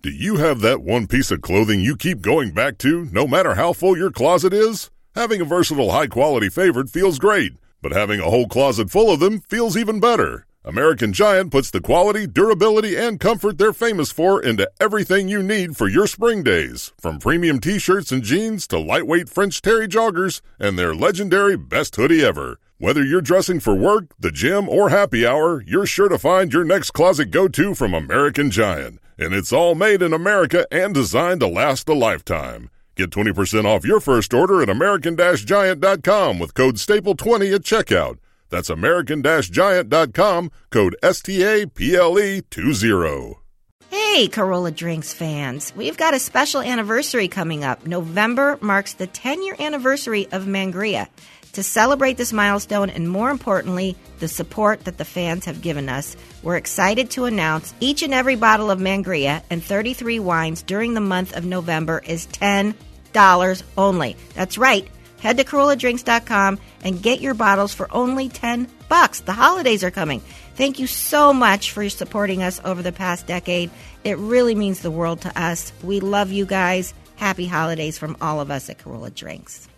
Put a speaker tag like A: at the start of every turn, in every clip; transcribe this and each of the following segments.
A: Do you have that one piece of clothing you keep going back to no matter how full your closet is? Having a versatile, high quality favorite feels great, but having a whole closet full of them feels even better. American Giant puts the quality, durability, and comfort they're famous for into everything you need for your spring days, from premium t shirts and jeans to lightweight French Terry joggers and their legendary best hoodie ever. Whether you're dressing for work, the gym, or happy hour, you're sure to find your next closet go to from American Giant. And it's all made in America and designed to last a lifetime. Get 20% off your first order at American Giant.com with code STAPLE20 at checkout. That's American Giant.com, code E STAPLE20.
B: Hey, Corolla Drinks fans. We've got a special anniversary coming up. November marks the 10 year anniversary of Mangria. To celebrate this milestone and more importantly, the support that the fans have given us, we're excited to announce each and every bottle of Mangria and 33 wines during the month of November is $10 only. That's right. Head to CorollaDrinks.com and get your bottles for only 10 bucks. The holidays are coming. Thank you so much for supporting us over the past decade. It really means the world to us. We love you guys. Happy holidays from all of us at Corolla Drinks.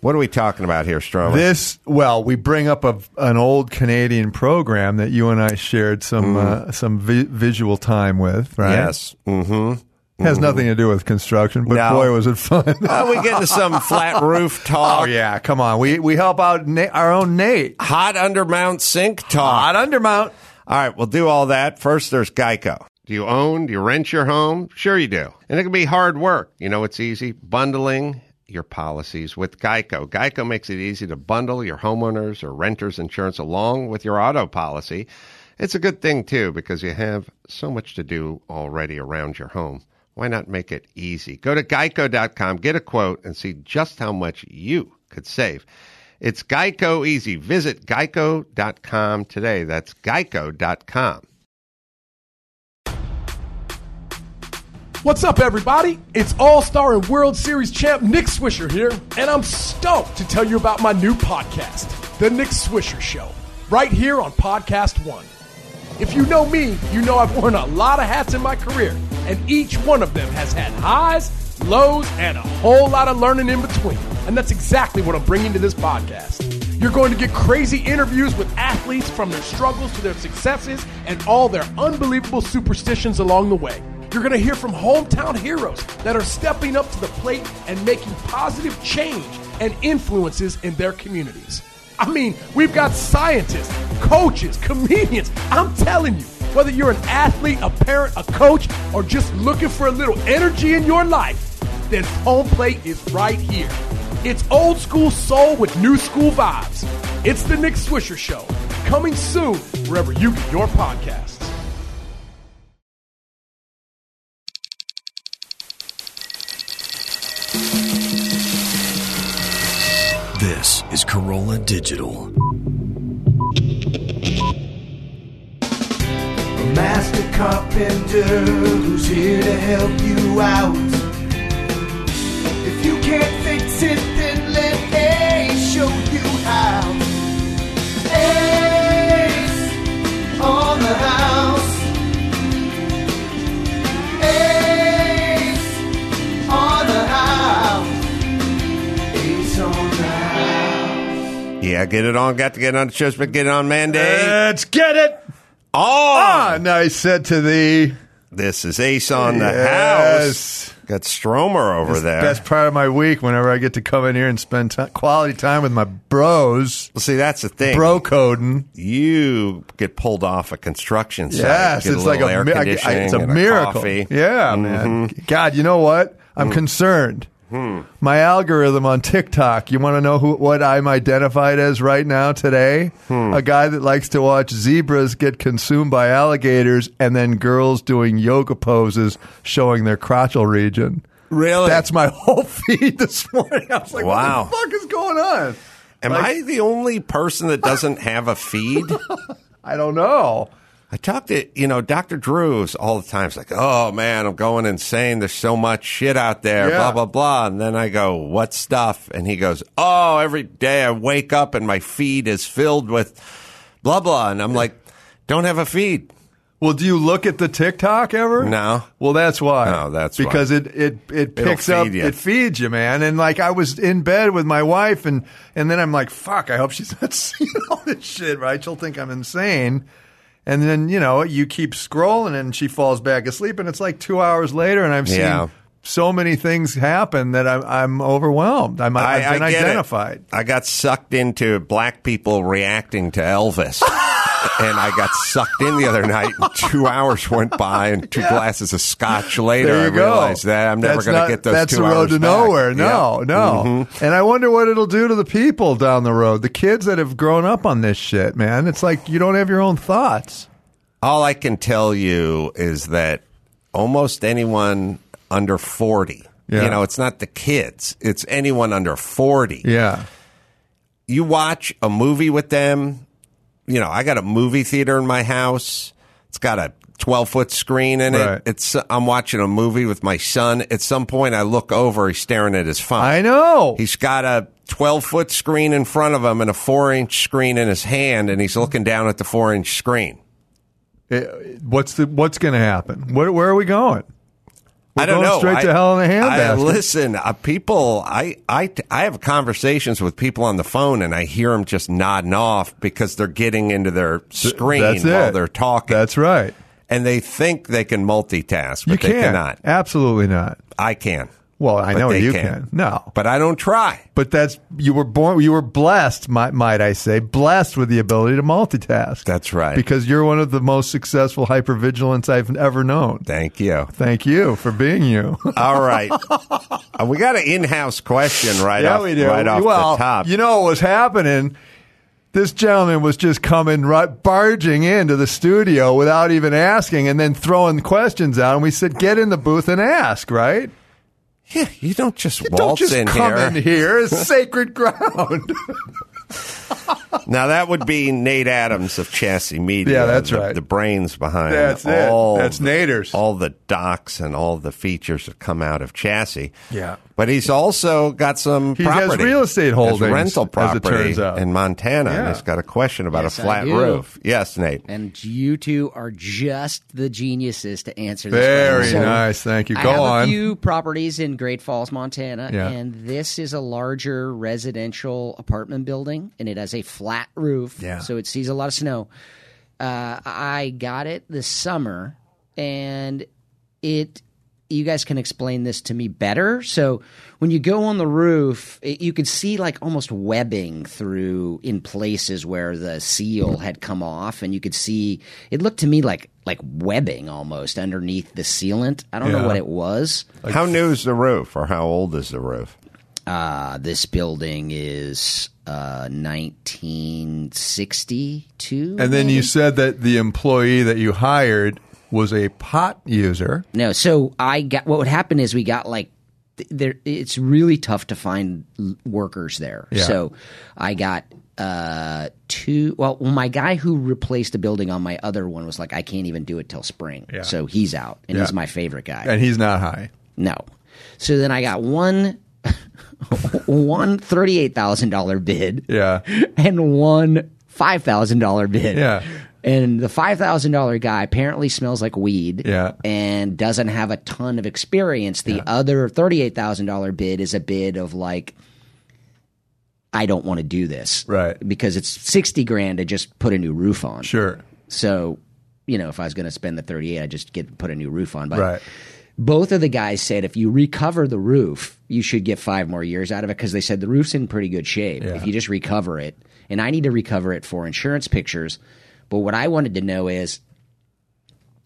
C: What are we talking about here, Stromer?
D: This well, we bring up a, an old Canadian program that you and I shared some uh, some vi- visual time with. Right?
C: Mm. yes. Mm-hmm.
D: has nothing to do with construction, but
C: No.
D: boy, was it fun!
C: Well, we get into some flat roof talk,
D: oh yeah, come on, we we help out Na- our own Nate
C: hot undermount sink talk.
D: Hot Undermount.
C: All right, we'll do all that. First, there's Geico.
E: Do you own? Do you rent your home? Sure, you do. And it can be hard work. You know, it's easy bundling your policies with Geico. Geico makes it easy to bundle your homeowners or renters insurance along with your auto policy. It's a good thing, too, because you have so much to do already around your home. Why not make it easy? Go to geico.com, get a quote, and see just how much you could save. It's Geico Easy. Visit geico.com today. That's geico.com.
F: What's up, everybody? It's All Star and World Series champ Nick Swisher here, and I'm stoked to tell you about my new podcast, The Nick Swisher Show, right here on Podcast One. If you know me, you know I've worn a lot of hats in my career, and each one of them has had highs, lows, and a whole lot of learning in between. And that's exactly what I'm bringing to this podcast. You're going to get crazy interviews with athletes from their struggles to their successes and all their unbelievable superstitions along the way. You're going to hear from hometown heroes that are stepping up to the plate and making positive change and influences in their communities. I mean, we've got scientists, coaches, comedians. I'm telling you, whether you're an athlete, a parent, a coach, or just looking for a little energy in your life, then home plate is right here. It's old school soul with new school vibes. It's the Nick Swisher Show, coming soon wherever you get your podcasts.
G: This is Corolla Digital.
H: Master Carpenter who's here to help you out. If you can't fix it, then let A show you how. Ace on the house. Ace on the house. Ace on the house.
C: Yeah, get it on. Got to get it on the shows, but get it on Monday.
D: Let's get it
C: on.
D: on. I said to thee,
C: This is Ace on the
D: Yes.
C: house. Got Stromer over there.
D: best part of my week. Whenever I get to come in here and spend ti- quality time with my bros,
C: Well, see, that's the thing.
D: bro coding.
C: you get pulled off a construction site.
D: Yes,
C: Get
D: it's
C: a
D: like
C: little
D: a,
C: air
D: mi- I- I-
C: conditioning
D: it's a
C: and
D: miracle.
C: coffee. Mm-hmm. Mm.
D: yeah, man. God, you know what? I'm concerned.
C: Hmm.
D: My algorithm on TikTok. You want to know who what I'm identified as right now today?
C: Hmm.
D: A guy that likes to watch zebras get consumed by alligators and then girls doing yoga poses showing their crotchal region.
C: Really?
D: That's my whole feed this morning. I was like,
C: Wow.
D: what the fuck is going on?
C: Am I the only person that doesn't have a feed?
D: I don't know.
C: I talk to you know Dr. Drews all the time. It's like, oh man, I'm going insane. There's so much shit out there,
D: Yeah.
C: blah blah blah. And then I go, what stuff? And he goes, oh, every day I wake up and my feed is filled with blah blah. And I'm like, don't have a feed.
D: Well, do you look at the TikTok ever?
C: No.
D: Well, that's why.
C: No, that's why.
D: because it it it
C: It'll
D: picks up.
C: feed you.
D: It feeds you, man. And like I was in bed with my wife, and and then I'm like, fuck. I hope she's not seeing all this shit. Right? She'll think I'm insane. And then you know you keep scrolling, and she falls back asleep, and it's like two hours later, and I've seen.
C: Yeah.
D: So many things happen that I'm, I'm overwhelmed. I'm, I, have been
C: get it.
D: identified.
C: I got sucked into black people reacting to Elvis. and I got sucked in the other night, and two hours went by, and two glasses of scotch later,
D: There you
C: I
D: go.
C: realized that I'm never
D: That's
C: going
D: not-
C: to get those
D: That's
C: two
D: the road
C: hours
D: to
C: back. Mm-hmm.
D: nowhere.
C: Yep.
D: No, no. And I wonder what it'll do to the people down the road, the kids that have grown up on this shit, man. It's like you don't have your own thoughts.
C: All I can tell you is that almost anyone under 40,
D: Yeah.
C: you know, it's not the kids, it's anyone under 40.
D: Yeah,
C: you watch a movie with them. You know, I got a movie theater in my house. It's got a 12 foot screen in it.
D: Right.
C: It's I'm watching a movie with my son. At some point, I look over. He's staring at his phone.
D: I know.
C: He's got a 12 foot screen in front of him and a four inch screen in his hand, and he's looking down at the four inch screen.
D: It- what's the what's going to happen? Where, where are we going? We're
C: I don't
D: going
C: know.
D: Straight
C: I,
D: to hell in a
C: I-
D: handbasket.
C: Listen, uh, people. I, I I have conversations with people on the phone, and I hear them just nodding off because they're getting into their screen
D: That's
C: while
D: it.
C: they're talking.
D: That's right.
C: and they think they can multitask, but
D: you
C: they
D: can't.
C: cannot.
D: Absolutely not.
C: I can,
D: Well, I
C: But
D: know
C: they
D: you
C: can.
D: can. No,
C: but I don't try.
D: but that's you were born. You were blessed, might, might I say, blessed with the ability to multitask.
C: That's right.
D: Because you're one of the most successful hypervigilants I've ever known.
C: Thank you.
D: Thank you for being you.
C: All right, Uh, we got an in-house question right off, right off
D: well,
C: the top.
D: you know what was happening? This gentleman was just coming right barging into the studio without even asking, and then throwing questions out. And we said, "Get in the booth and ask." Right?
C: yeah, you don't just
D: Don't
C: waltz
D: just
C: in
D: come
C: here.
D: in here. It's sacred ground.
C: Now that would be Nate Adams of Chassis Media.
D: Yeah, that's
C: the-
D: right.
C: The brains behind
D: That's it.
C: all
D: That's
C: the-
D: Nader's.
C: All the docs and all the features that come out of Chassis.
D: Yeah.
C: but he's also got some.
D: He has
C: property,
D: real estate
C: Has
D: holdings,
C: rental
D: as it
C: property
D: turns out.
C: in Montana, and
D: Yeah.
C: he's got a question about
I: Yes,
C: a
I: I
C: flat
I: do.
C: roof. Yes, Nate.
I: And you two are just the geniuses to answer this.
D: Very
I: question.
D: nice. Thank you.
I: I
D: Go
I: have
D: on.
I: a few properties in Great Falls, Montana,
D: Yeah.
I: and this is a larger residential apartment building, and it has a flat roof,
D: Yeah.
I: so it sees a lot of snow. Uh, I got it this summer, and it. You guys can explain this to me better. So, when you go on the roof, it, you could see like almost webbing through in places where the seal had come off, and you could see it looked to me like like webbing almost underneath the sealant. I don't
D: Yeah.
I: know what it was.
C: how new is the roof, or how old is the roof?
I: Uh, this building is uh, 1962.
D: and then you said that the employee that you hired was a pot user.
I: No, so I got what would happen is we got like th- there. It's really tough to find l- workers there. So I got uh two. Well, my guy who replaced the building on my other one was like, I can't even do it till spring. So he's out, and he's my favorite guy.
D: and he's not high.
I: No. So then I got one one thirty eight thousand dollar bid.
D: Yeah.
I: And one five thousand dollar bid.
D: Yeah.
I: And the five thousand dollar guy apparently smells like weed.
D: Yeah.
I: And doesn't have a ton of experience. The other thirty eight thousand dollar bid is a bid of like I don't want to do this.
D: Right.
I: Because it's sixty grand to just put a new roof on.
D: Sure.
I: So, you know, if I was gonna spend the thirty eight, I just get put a new roof on. But
D: Right.
I: both of the guys said if you recover the roof, you should get five more years out of it because they said the roof's in pretty good shape. If you just recover it, and I need to recover it for insurance pictures. But what I wanted to know is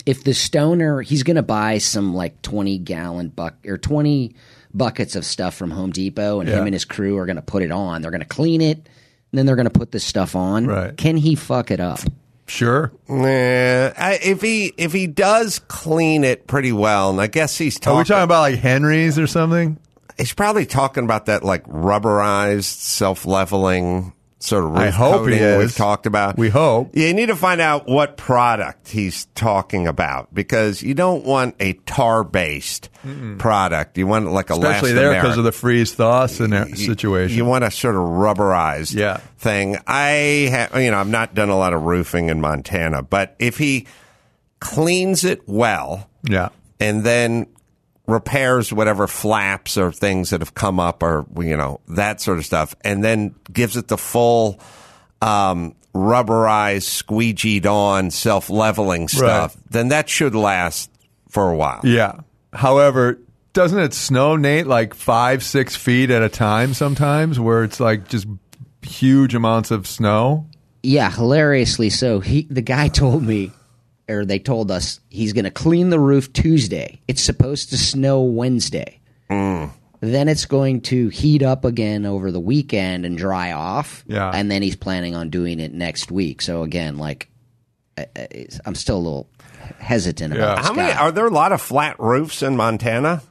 I: if the stoner, he's going to buy some like 20 gallon buck or 20 buckets of stuff from Home Depot, and him and his crew are going to put it on. They're going to clean it, and then they're going to put this stuff on.
D: Right.
I: Can he fuck it up?
D: Sure.
C: Nah, I, if he if he does clean it pretty well, and I guess he's
D: Are
C: talking.
D: we talking about like Henry's or something?
C: he's probably talking about that like rubberized, self leveling sort of roof
D: I hope he
C: coating
D: is.
C: we've talked about.
D: We hope.
C: Yeah, you need to find out what product he's talking about because you don't want a tar based product. You want like a
D: Especially there because of the freeze thaw scenario- situation.
C: You want a sort of rubberized
D: Yeah.
C: thing. I ha- you know I've not done a lot of roofing in Montana, but if he cleans it well,
D: Yeah.
C: and then repairs whatever flaps or things that have come up or you know that sort of stuff, and then gives it the full um, rubberized, squeegeed on, self leveling stuff. Then that should last for a while.
D: Yeah. However, doesn't it snow, Nate, like five, six feet at a time sometimes where it's like just huge amounts of snow?
I: Yeah, hilariously so. He the guy told me or they told us he's going to clean the roof Tuesday. It's supposed to snow Wednesday. Then it's going to heat up again over the weekend and dry off.
D: Yeah.
I: And then he's planning on doing it next week. So again, like I- I- it's- I'm still a little hesitant about this
C: How many
I: guy.
C: are there? A lot of flat roofs in Montana.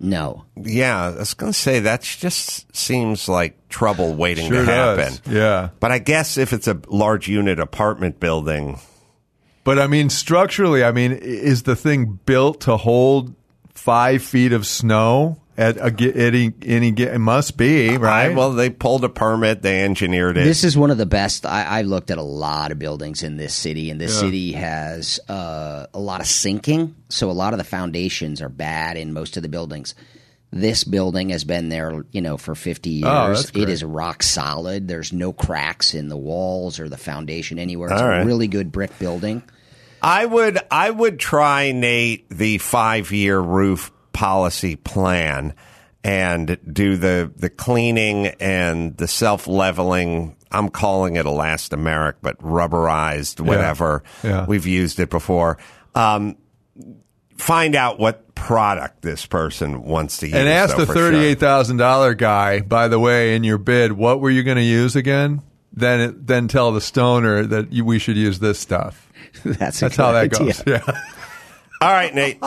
I: no.
C: Yeah, I was going to say that just seems like trouble waiting to happen.
D: does. Yeah.
C: But I guess if it's a large unit apartment building,
D: But I mean, structurally, I mean, i- is the thing built to hold five feet of snow at a, ge- any any? ge- It must be right.
C: I- well, they pulled a permit, they engineered it.
I: This is one of the best. I, I looked at a lot of buildings in this city, and this city has uh, a lot of sinking. So a lot of the foundations are bad in most of the buildings. This building has been there, you know, for fifty years.
D: Oh, that's
I: it is rock solid. There's no cracks in the walls or the foundation anywhere. It's
C: All
I: a
C: right.
I: really good brick building.
C: I would I would try Nate the five year roof policy plan and do the the cleaning and the self leveling. I'm calling it elastomeric, but rubberized, whatever.
D: Yeah.
C: We've used it before. Um, find out what product this person wants to use.
D: and ask
C: though,
D: the
C: for sure.
D: thirty-eight thousand dollar guy. By the way, in your bid, what were you going to use again? Then it, then tell the stoner that you, we should use this stuff.
I: That's, a
D: That's how that
I: good idea.
D: goes. Yeah.
C: All right, Nate.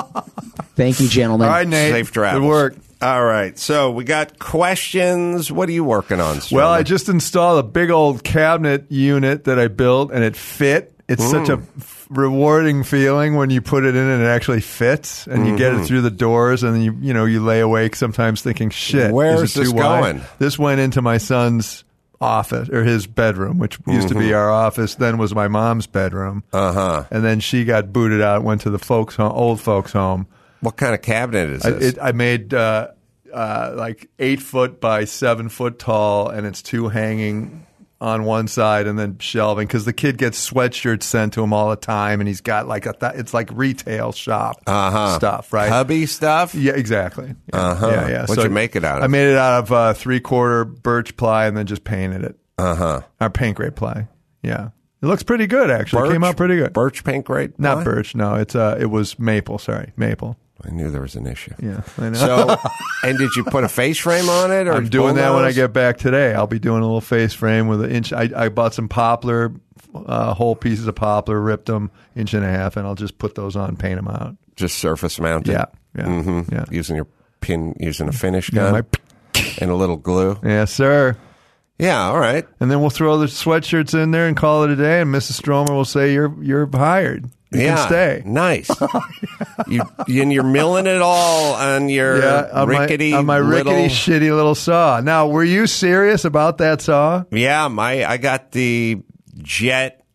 I: Thank you, gentlemen.
D: All right, Nate.
C: Safe travels.
D: Good work.
C: All right. So we got questions. What are you working on?
D: Well, I
C: Stroman?
D: just installed a big old cabinet unit that I built, and it fit. It's such
C: Mm.
D: a f- rewarding feeling when you put it in and it actually fits, and you
C: Mm-hmm.
D: get it through the doors, and you you know you lay awake sometimes thinking, "Shit, is
C: Where's
D: it
C: this
D: too wide?"
C: going?
D: This went into my son's office or his bedroom, which used to
C: Mm-hmm.
D: be our office, then was my mom's bedroom. Uh
C: Uh-huh.
D: huh. And then she got booted out, went to the folks home, old folks home.
C: what kind of cabinet is
D: I,
C: this?
D: it, I made uh, uh, like eight foot by seven foot tall, and it's two hanging on one side and then shelving because the kid gets sweatshirts sent to him all the time, and he's got like a th- it's like retail shop stuff, right?
C: Uh-huh. Hubby stuff.
D: Yeah, exactly. Yeah,
C: Uh-huh.
D: yeah, yeah.
C: What'd you make it out of?
D: I made it out of uh, three quarter birch ply and then just painted it. Uh
C: Uh-huh.
D: huh. Or paint grade ply. Yeah, it looks pretty good actually. It came out pretty good.
C: Birch pink, right?
D: Not
C: Why?
D: birch. No, it's uh, it was maple. Sorry, maple.
C: I knew there was an issue.
D: Yeah, I know.
C: So, and did you put a face frame on it? Or
D: I'm doing that when I
C: bullnose?
D: get back today. I'll be doing a little face frame with an inch. I, I bought some poplar, uh, whole pieces of poplar, ripped them inch and a half, and I'll just put those on, paint them out.
C: just surface mounted.
D: Yeah, yeah,
C: hmm
D: yeah.
C: Using your pin, using a finish
D: Yeah,
C: gun,
D: my-
C: and a little glue.
D: yes, sir.
C: Yeah, all right.
D: And then we'll throw the sweatshirts in there and call it a day. And Mrs. Stromer will say you're you're hired. You
C: yeah,
D: can stay. Oh,
C: Nice. you and you're milling it all on your
D: Yeah, on
C: rickety,
D: my, on my rickety,
C: little-
D: shitty little saw. Now, were you serious about that saw?
C: yeah, my I got the jet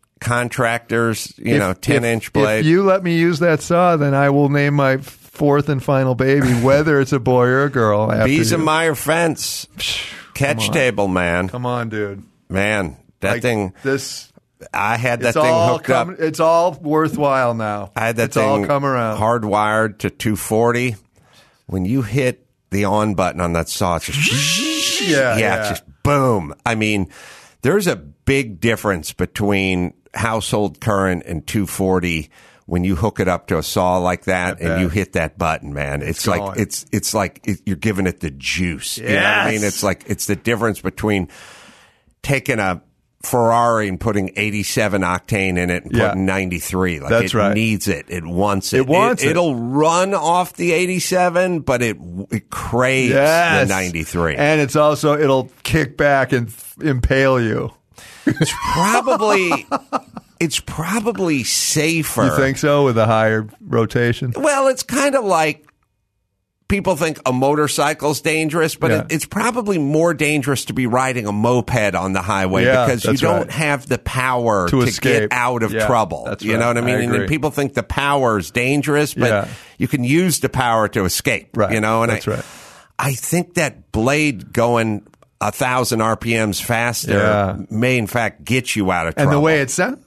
C: contractors. You
D: If-
C: know, ten
D: if-
C: inch blade.
D: If you let me use that saw, then I will name my fourth and final baby, whether it's a boy or a girl. After you.
C: Biesemeyer fence, catch table, man,
D: Come on, dude.
C: man. That
D: Like,
C: thing,
D: This.
C: I had that
D: It's
C: thing
D: all
C: hooked up.
D: come, It's all worthwhile now.
C: I had that
D: it's
C: thing
D: all come around.
C: hardwired to 240. When you hit the on button on that saw, it's just
D: Yeah,
C: yeah,
D: yeah.
C: It's just boom. I mean, there's a big difference between household current and 240 when you hook it up to a saw like that and you hit that button, man. It's, like
D: going.
C: it's it's like it, you're giving it the juice. You know what I
D: Yes.
C: mean? It's like it's the difference between taking a Ferrari and putting 87 octane in it and
D: Yeah.
C: putting 93. Like it
D: That's right.
C: needs it. It wants it.
D: It wants it.
C: will run off the 87, but it it craves
D: Yes.
C: the 93.
D: And it's also it'll kick back and f- impale you.
C: it's probably it's probably safer.
D: You think so with a higher rotation?
C: Well, it's kind of like people think a motorcycle's dangerous, but
D: Yeah.
C: it, it's probably more dangerous to be riding a moped on the highway
D: Yeah,
C: because you
D: that's
C: don't
D: right.
C: have the power
D: To
C: to,
D: escape.
C: get out of
D: Yeah,
C: trouble.
D: that's
C: you
D: right.
C: know what I
D: I
C: mean? and,
D: agree.
C: and people think the power is dangerous, but
D: Yeah.
C: you can use the power to escape.
D: Right.
C: You know, and
D: That's
C: I,
D: right.
C: I think that blade going a thousand RPMs faster
D: Yeah.
C: may in fact get you out of
D: And
C: trouble.
D: the way it sounds,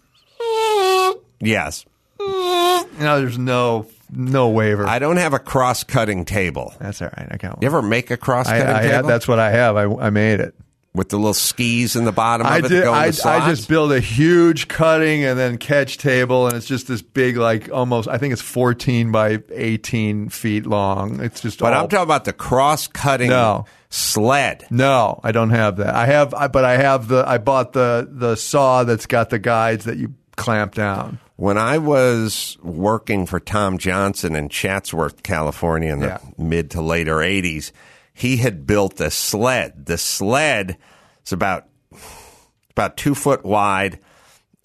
C: yes.
D: Mm. no, there's no no waiver.
C: I don't have a cross-cutting table.
D: that's all right. I got one.
C: You ever make a
D: I,
C: cross-cutting
D: I
C: table?
D: had, that's what I have. I, I made it.
C: with the little skis in the bottom of
D: I
C: it
D: did.
C: that go in
D: I,
C: the slots?
D: I just build a huge cutting and then catch table, and it's just this big, like almost. I think it's fourteen by eighteen feet long. It's just.
C: But
D: all,
C: I'm talking about the cross-cutting
D: No.
C: sled.
D: No, I don't have that. I have, I, but I have the. I bought the the saw that's got the guides that you clamp down.
C: When I was working for Tom Johnson in Chatsworth, California in the
D: Yeah.
C: mid to later 80s, he had built a sled. The sled is about about 2 foot wide,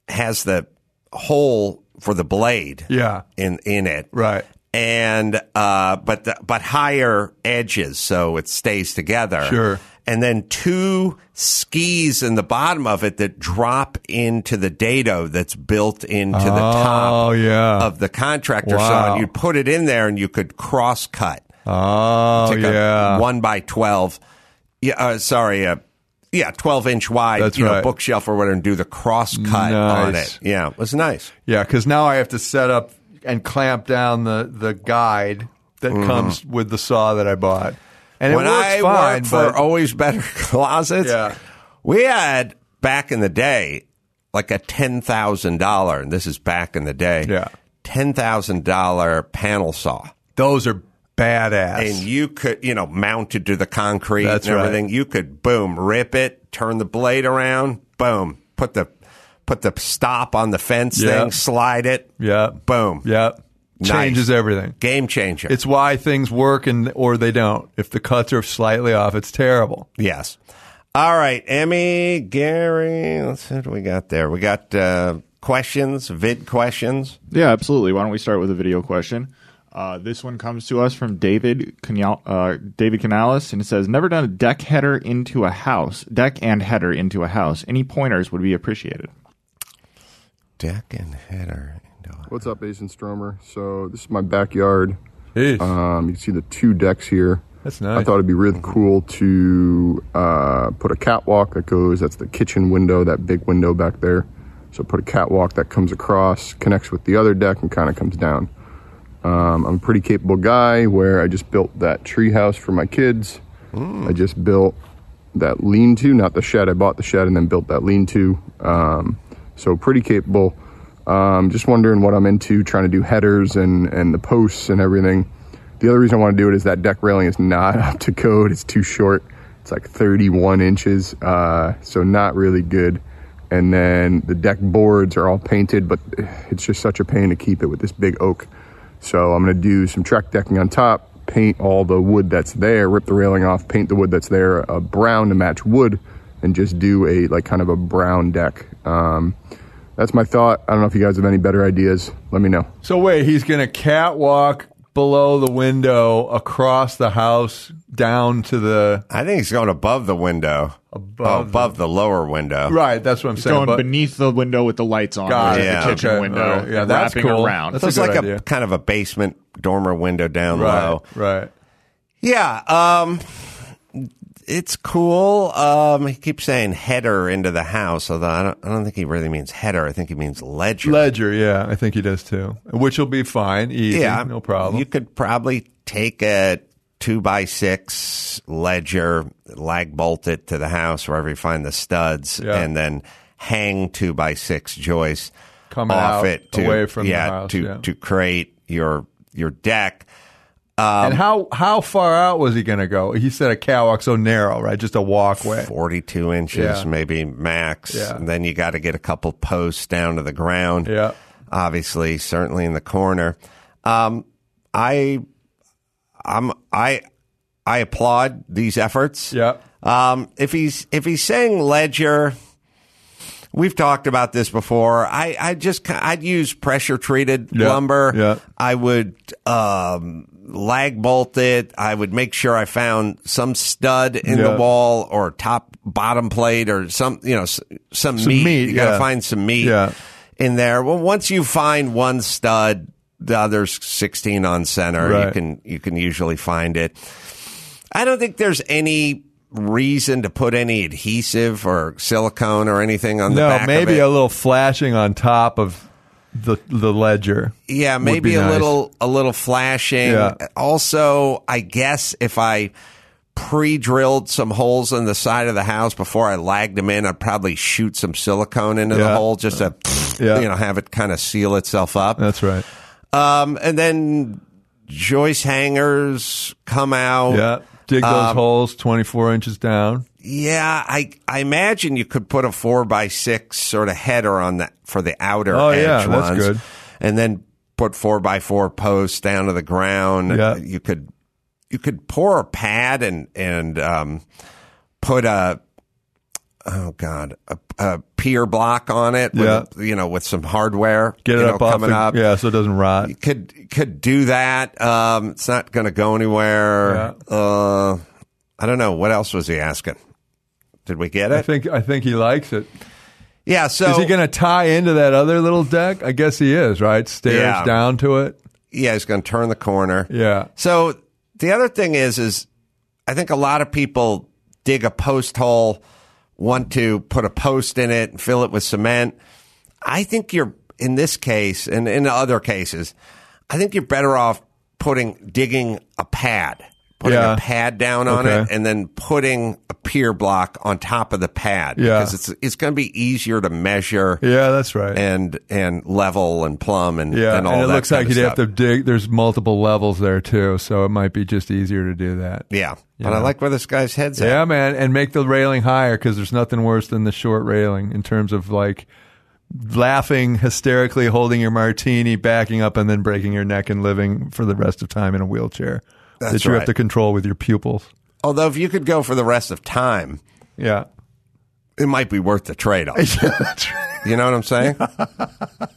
C: has the hole for the blade
D: Yeah.
C: in in it.
D: Right.
C: and uh, but the, but higher edges, so it stays together.
D: Sure.
C: And then two skis in the bottom of it that drop into the dado that's built into the top
D: Oh, yeah.
C: of the contractor saw.
D: Wow.
C: And you put it in there, and you could cross cut.
D: Oh
C: Like a one by twelve. Yeah, uh, sorry. Uh, yeah, twelve inch wide.
D: That's
C: you know,
D: right.
C: bookshelf or whatever, and do the cross cut on
D: Nice.
C: it. Yeah, it was nice.
D: Yeah, because now I have to set up and clamp down the the guide that comes with the saw that I bought, and
C: Mm-hmm. when
D: it works
C: I
D: fine.
C: worked
D: but
C: for Always Better Closets,
D: Yeah.
C: we had back in the day like a ten thousand dollar, and this is back in the day,
D: Yeah.
C: ten thousand dollar panel saw,
D: those are badass.
C: and you could you know mounted to the concrete
D: That's
C: and
D: right.
C: everything. You could boom rip it, turn the blade around, boom put the put the stop on the fence
D: Yeah.
C: thing, slide it,
D: yeah,
C: boom,
D: yeah,
C: Nice.
D: changes everything.
C: game changer.
D: It's why things work and or they don't. If the cuts are slightly off, it's terrible.
C: Yes. All right, Emmy, Gary. Let's see what we got there. We got uh, questions, vid questions.
J: Yeah, absolutely. Why don't we start with a video question? Uh, this one comes to us from David Canal- uh, David Canales, and it says, "Never done a deck header into a house. Deck and header into a house. Any pointers would be appreciated."
C: Deck and header.
K: What's up, Asian Stromer? So this is my backyard. Um, you can see the two decks here.
D: That's nice.
K: I thought it'd be really cool to uh, put a catwalk that goes. That's the kitchen window, that big window back there. So put a catwalk that comes across, connects with the other deck, and kind of comes down. Um, I'm a pretty capable guy. Where I just built that tree house for my kids. I just built that lean-to, not the shed. I bought the shed and then built that lean-to. Um, so pretty capable. Um, just wondering what I'm into, trying to do headers and and the posts and everything. The other reason I want to do it is that deck railing is not up to code. It's too short. It's like 31 inches, uh, so not really good. And then the deck boards are all painted, but it's just such a pain to keep it with this big oak. So I'm going to do some track decking on top, paint all the wood that's there, rip the railing off, paint the wood that's there a brown to match wood, and just do a like kind of a brown deck. Um, that's my thought. I don't know if you guys have any better ideas. Let me know.
D: So wait, he's going to catwalk below the window across the house down to the
C: I think he's going above the window,
D: Above
C: oh, above the lower window.
D: right. That's what I'm saying.
J: Going
D: but-
J: beneath the window with the lights on,
D: Got
J: which is
C: it.
J: the kitchen
D: Okay.
J: window,
D: All right. Yeah,
J: and
D: that's
J: wrapping
D: cool.
J: around.
D: That's
C: So it's
D: a good
C: like a
D: idea.
C: kind of a basement dormer window down
D: right,
C: low.
D: right.
C: Yeah, um, it's cool. Um, he keeps saying header into the house, although I don't, I don't think he really means header. I think he means ledger.
D: Ledger, yeah, I think he does too, which will be fine, easy,
C: yeah,
D: no problem.
C: You could probably take a two by six ledger, lag bolt it to the house wherever you find the studs,
D: Yeah.
C: and then hang two by six joists
D: Come
C: off
D: out,
C: it to
D: away from the
C: yeah,
D: house,
C: to
D: yeah.
C: to create your your deck. Um,
D: and how how far out was he going to go? He said a catwalk so narrow, right? Just a walkway.
C: Forty two inches,
D: Yeah.
C: maybe max.
D: Yeah.
C: And then you got to get a couple posts down to the ground.
D: Yeah.
C: obviously, certainly in the corner. Um, I, I'm, I, I applaud these efforts.
D: Yeah.
C: Um, if he's if he's saying ledger, we've talked about this before. I I just ki- I'd use pressure treated
D: Yeah,
C: lumber.
D: yeah.
C: I would um, lag bolt it. I would make sure I found some stud in
D: Yeah.
C: the wall or top bottom plate or some, you know, s- some,
D: Some
C: meat.
D: meat,
C: You got to
D: yeah.
C: find some meat
D: Yeah.
C: in there. Well, once you find one stud, the other's 16 on center. You
D: Right.
C: can, you can usually find it. I don't think there's any reason to put any adhesive or silicone or anything on the
D: no,
C: back of
D: maybe
C: it.
D: a little flashing on top of the the ledger.
C: Yeah,
D: would
C: maybe
D: be
C: a
D: nice.
C: little a little flashing.
D: Yeah.
C: Also, I guess if I pre-drilled some holes in the side of the house before I lagged them in, I'd probably shoot some silicone into the
D: Yeah.
C: hole just to
D: Yeah.
C: you know have it kind of seal itself up.
D: That's right.
C: Um, and then joist hangers come out.
D: Yeah, dig those
C: Oh, Um,
D: holes twenty four inches down.
C: Yeah, I I imagine you could put a four by six sort of header on that for the outer
D: Oh,
C: edge
D: yeah, that's
C: ones,
D: good.
C: and then put four by four posts down to the ground.
D: Yeah.
C: you could you could pour a pad and and um, put a oh god a, a pier block on it.
D: Yeah.
C: with, you know with some hardware.
D: Get
C: you
D: it
C: know,
D: up off
C: coming
D: the-
C: up.
D: Yeah, so it doesn't rot.
C: Could could do that. Um, it's not going to go anywhere. Uh, I don't know what else was he asking. Did we get
D: I
C: it?
D: think I think he likes it.
C: Yeah. So
D: is he going to tie into that other little deck? I guess he is, right? Stairs
C: Yeah.
D: down to it.
C: yeah, he's going to turn the corner.
D: Yeah.
C: So the other thing is, is I think a lot of people dig a post hole, want to put a post in it and fill it with cement. I think you're in this case and in other cases, I think you're better off putting digging a pad, putting
D: Yeah.
C: a pad down on it,
D: Okay.
C: and then putting a pier block on top of the pad
D: Yeah.
C: because it's it's going to be easier to measure
D: Yeah, that's right.
C: and and level and plumb and
D: yeah,
C: and all
D: it
C: that
D: looks
C: kind
D: like
C: of
D: you'd have
C: stuff.
D: to dig. There's multiple levels there too, so it might be just easier to do that.
C: Yeah, but I
D: know.
C: like where this guy's head's at.
D: Yeah, man, and make the railing higher because there's nothing worse than the short railing in terms of like laughing hysterically, holding your martini, backing up, and then breaking your neck and living for the rest of time in a wheelchair
C: That's
D: that you
C: right.
D: have to control with your pupils.
C: Although if you could go for the rest of time,
D: Yeah,
C: it might be worth the trade off. you know what I'm saying?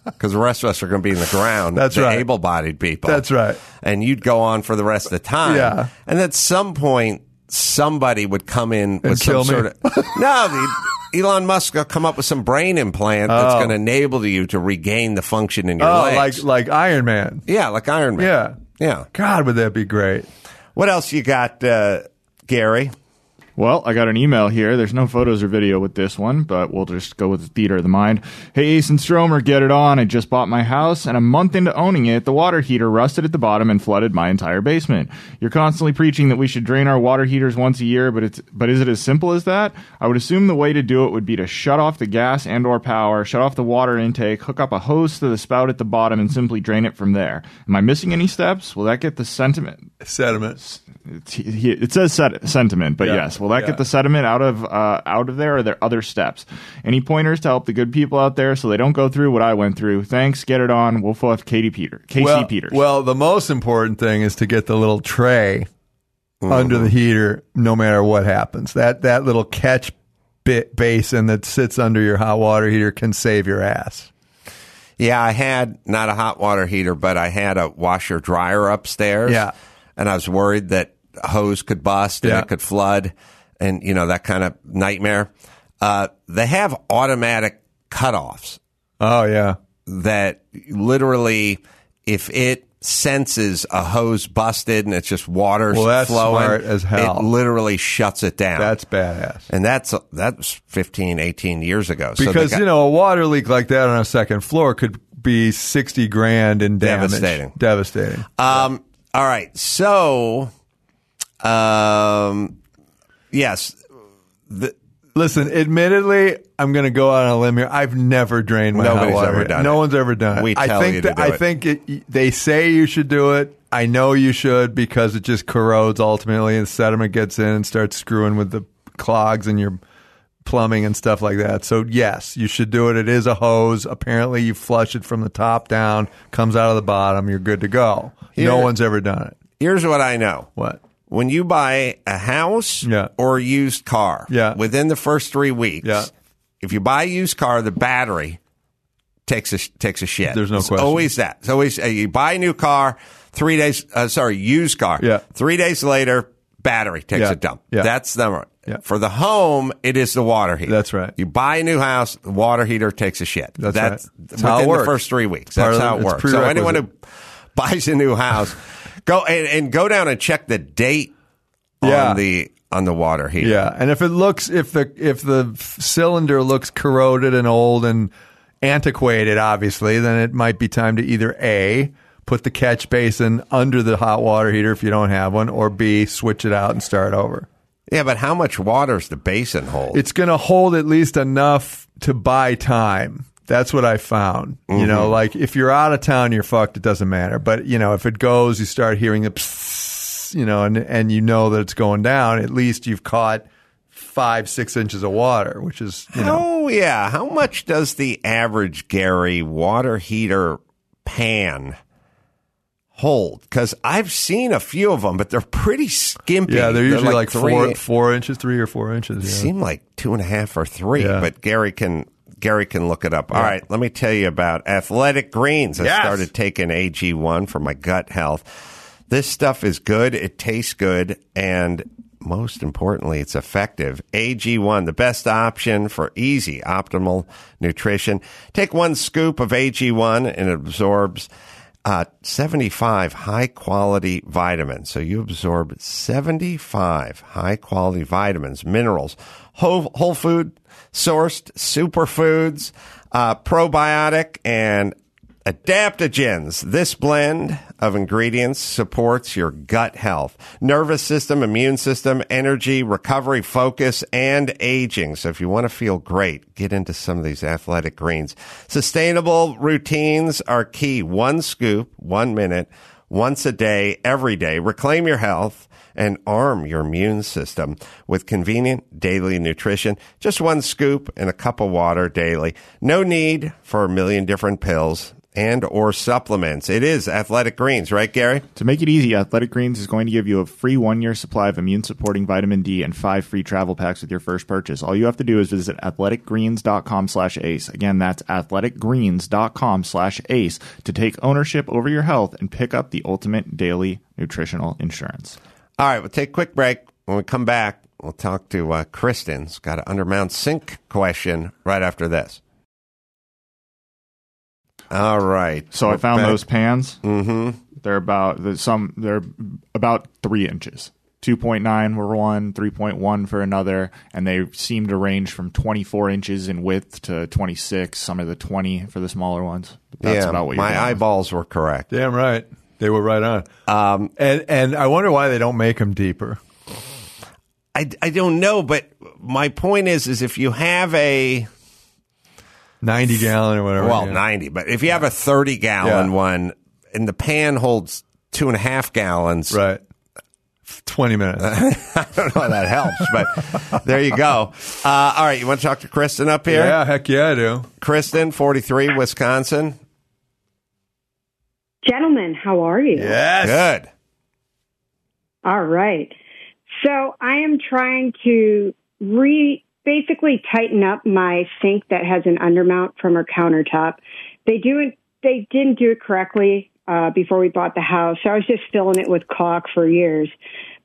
C: Because the rest of us are going to be in the ground.
D: That's
C: the
D: right.
C: Able-bodied people.
D: That's right.
C: And you'd go on for the rest of the time.
D: Yeah.
C: And at some point, somebody would come in with some
D: kill me?
C: sort of no. The, Elon Musk will come up with some brain implant that's
D: Oh.
C: going to enable you to regain the function in your
D: oh,
C: legs.
D: like like Iron Man.
C: yeah, like Iron Man.
D: Yeah,
C: Yeah.
D: God, would that be great?
C: What else you got, uh, Gary?
J: Well, I got an email here. There's no photos or video with this one, but we'll just go with the theater of the mind. Hey, Ace and Stromer, get it on. I just bought my house, and a month into owning it, the water heater rusted at the bottom and flooded my entire basement. You're constantly preaching that we should drain our water heaters once a year, but it's but is it as simple as that? I would assume the way to do it would be to shut off the gas and or power, shut off the water intake, hook up a hose to the spout at the bottom, and simply drain it from there. Am I missing any steps? Will that get the sentiment
D: Sediments.
J: it's- he- it says sed- sentiment, but
D: Yeah.
J: yes, will that
D: Yeah.
J: get the sediment out of uh, out of there? Or are there other steps? Any pointers to help the good people out there so they don't go through what I went through? Thanks. Get it on. Wolf of Katie Peter, KC
D: well,
J: Peters.
D: Well, the most important thing is to get the little tray under
C: Mm-hmm.
D: the heater, no matter what happens. That that little catch bit basin that sits under your hot water heater can save your ass.
C: Yeah, I had not a hot water heater, but I had a washer dryer upstairs.
D: Yeah.
C: And I was worried that a hose could bust and
D: Yeah.
C: it could flood and, you know, that kind of nightmare. Uh, they have automatic cutoffs
D: Oh yeah,
C: that literally, if it senses a hose busted and it's just water
D: Well, that's
C: flowing,
D: smart as hell.
C: it literally shuts it down.
D: that's badass.
C: and that's that's 15, 18 years ago. Oh, So they
D: Because
C: got-
D: you know a water leak like that on a second floor could be sixty grand in damage.
C: Devastating.
D: Devastating.
C: Um, all right. So, um, yes. The,
D: Listen, admittedly, I'm going to go out on a limb here. I've never drained my
C: Nobody's
D: hot water.
C: ever done
D: no
C: it.
D: one's ever done it.
C: We tell
D: I think
C: you to
D: that-
C: do
D: I
C: it.
D: think it, they say you should do it. I know you should because it just corrodes ultimately, and sediment gets in and starts screwing with the clogs and your plumbing and stuff like that. So yes, you should do it. It is a hose. Apparently, you flush it from the top down, comes out of the bottom. You're good to go. no
C: Here-
D: one's ever done it.
C: here's what I know.
D: What?
C: When you buy a house
D: Yeah.
C: or a used car,
D: Yeah.
C: within the first three weeks,
D: Yeah.
C: if you buy a used car, the battery takes a takes a shit.
D: There's no
C: It's
D: question.
C: Always that. It's always uh, you buy a new car, Three days, uh, sorry, used car.
D: Yeah.
C: Three days later, battery takes
D: Yeah.
C: a dump.
D: Yeah.
C: That's the number. one.
D: Yeah.
C: For the home, it is the water heater.
D: That's right.
C: You buy a new house, the water heater takes a shit.
D: That's right. That's
C: within
D: how it
C: the
D: works.
C: first three weeks.
D: Part
C: That's
D: of the-
C: how it
D: it's
C: works. So anyone who
D: prerequisite.
C: buys a new house, go and, and go down and check the date
D: Yeah.
C: on the on the water heater.
D: Yeah, and if it looks if the if the f- cylinder looks corroded and old and antiquated, obviously, then it might be time to either a put the catch basin under the hot water heater if you don't have one, or b switch it out and start over.
C: Yeah, but how much water is the basin hold?
D: It's going to hold at least enough to buy time. That's what I found. You
C: Mm-hmm.
D: know, like if you're out of town, you're fucked. It doesn't matter. But you know, if it goes, you start hearing the, psss, you know, and and you know that it's going down. At least you've caught five, six inches of water, which is you know,
C: Oh yeah, how much does the average Gary water heater pan hold? Because I've seen a few of them, but they're pretty skimpy.
D: yeah, they're usually like,
C: three-
D: four, four inches, three or four inches. Yeah.
C: seem like two and a half or three.
D: Yeah.
C: But Gary can Gary can look it up. All right, let me tell you about Athletic Greens. I
D: Yes.
C: started taking AG1 for my gut health. This stuff is good. It tastes good, and most importantly, it's effective. AG1, the best option for easy, optimal nutrition. Take one scoop of AG1, and it absorbs uh, 75 high quality vitamins. So you absorb 75 high quality vitamins, minerals, whole, whole food sourced, superfoods, uh, probiotic, and adaptogens. This blend of ingredients supports your gut health, nervous system, immune system, energy, recovery, focus, and aging. So if you want to feel great, get into some of these athletic greens. Sustainable routines are key. One scoop, one minute, once a day, every day. Reclaim your health and arm your immune system with convenient daily nutrition. Just one scoop and a cup of water daily. No need for a million different pills and or supplements. It is Athletic Greens, right, Gary?
J: To make it easy, Athletic Greens is going to give you a free one year supply of immune supporting vitamin D and five free travel packs with your first purchase. All you have to do is visit athleticgreens.com slash ace. Again, that's athleticgreens.com slash ace to take ownership over your health and pick up the ultimate daily nutritional insurance.
C: All right, we'll take a quick break. When we come back, we'll talk to uh, Kristen. has got an undermount sink question right after this. All right.
J: So I
C: we're
J: found
C: back.
J: those pans.
C: Mhm.
J: They're about the some they're about three inches. Two point nine for one, three point one for another, and they seem to range from twenty four inches in width to twenty six. Some are the twenty for the smaller ones. But that's
C: yeah,
J: about what you're
C: my
J: dealing with.
C: eyeballs were correct.
D: Damn right, they were right on. Um, and and I wonder why they don't make them deeper.
C: I, I don't know, but my point is, is if you have a
D: Ninety gallon or whatever.
C: well
D: yeah.
C: ninety, but if you have a thirty gallon
D: Yeah.
C: one, and the pan holds two and a half gallons,
D: right. Twenty minutes.
C: I don't know how that helps, but there you go. Uh, all right, you want to talk to Kristen up here?
D: yeah, heck yeah, I do.
C: Kristen, forty three, Wisconsin.
L: Gentlemen, how are you?
D: Yes.
C: Good.
L: All right. So I am trying to re basically tighten up my sink that has an undermount from our countertop. They do it, they didn't do it correctly uh, before we bought the house. So I was just filling it with caulk for years.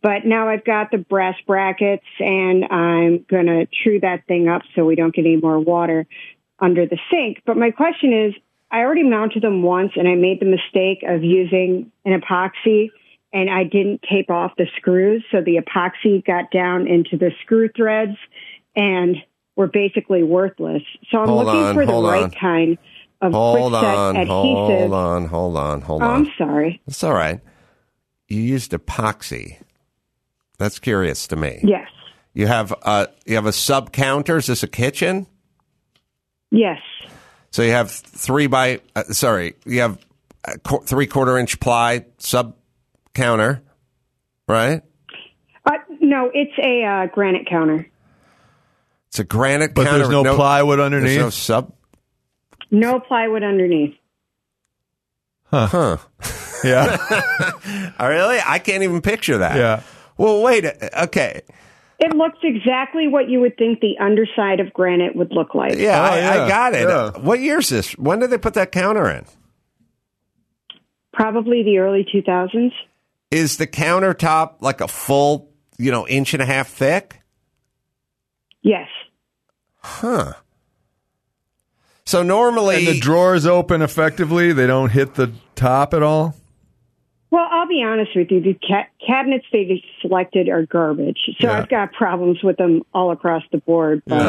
L: But now I've got the brass brackets and I'm going to chew that thing up so we don't get any more water under the sink. But my question is, I already mounted them once and I made the mistake of using an epoxy and I didn't tape off the screws. So the epoxy got down into the screw threads and were basically worthless. So I'm
C: Hold
L: looking
C: on,
L: for the
C: hold
L: right
C: on.
L: kind of
C: Hold
L: quick set
C: on,
L: adhesive.
C: hold on, hold on, hold
L: Oh,
C: on.
L: I'm sorry.
C: It's all right. You used epoxy. That's curious to me.
L: Yes.
C: You have uh, you have a sub counter. Is this a kitchen?
L: Yes.
C: So you have three by uh, sorry, you have a qu- three quarter inch ply sub counter, right?
L: Uh, no, it's a uh, granite counter.
C: It's a granite
D: But
C: counter.
D: there's
C: with
D: no, plywood
C: There's
D: underneath.
C: no sub.
L: No plywood underneath.
C: Huh?
D: yeah,
C: Oh, really? I can't even picture that.
D: yeah.
C: Well, wait. uh, Okay.
L: It looks exactly what you would think the underside of granite would look like.
C: Yeah,
D: Oh,
C: I, I
D: yeah,
C: got it.
D: yeah.
C: What year is this? When did they put that counter in?
L: Probably the early 2000s.
C: Is the countertop like a full, you know, inch and a half thick?
L: Yes.
C: Huh. So normally,
D: and the drawers open effectively. They don't hit the top at all.
L: Well, I'll be honest with you. The ca- cabinets they selected are garbage. So
D: Yeah.
L: I've got problems with them all across the board. But
C: No.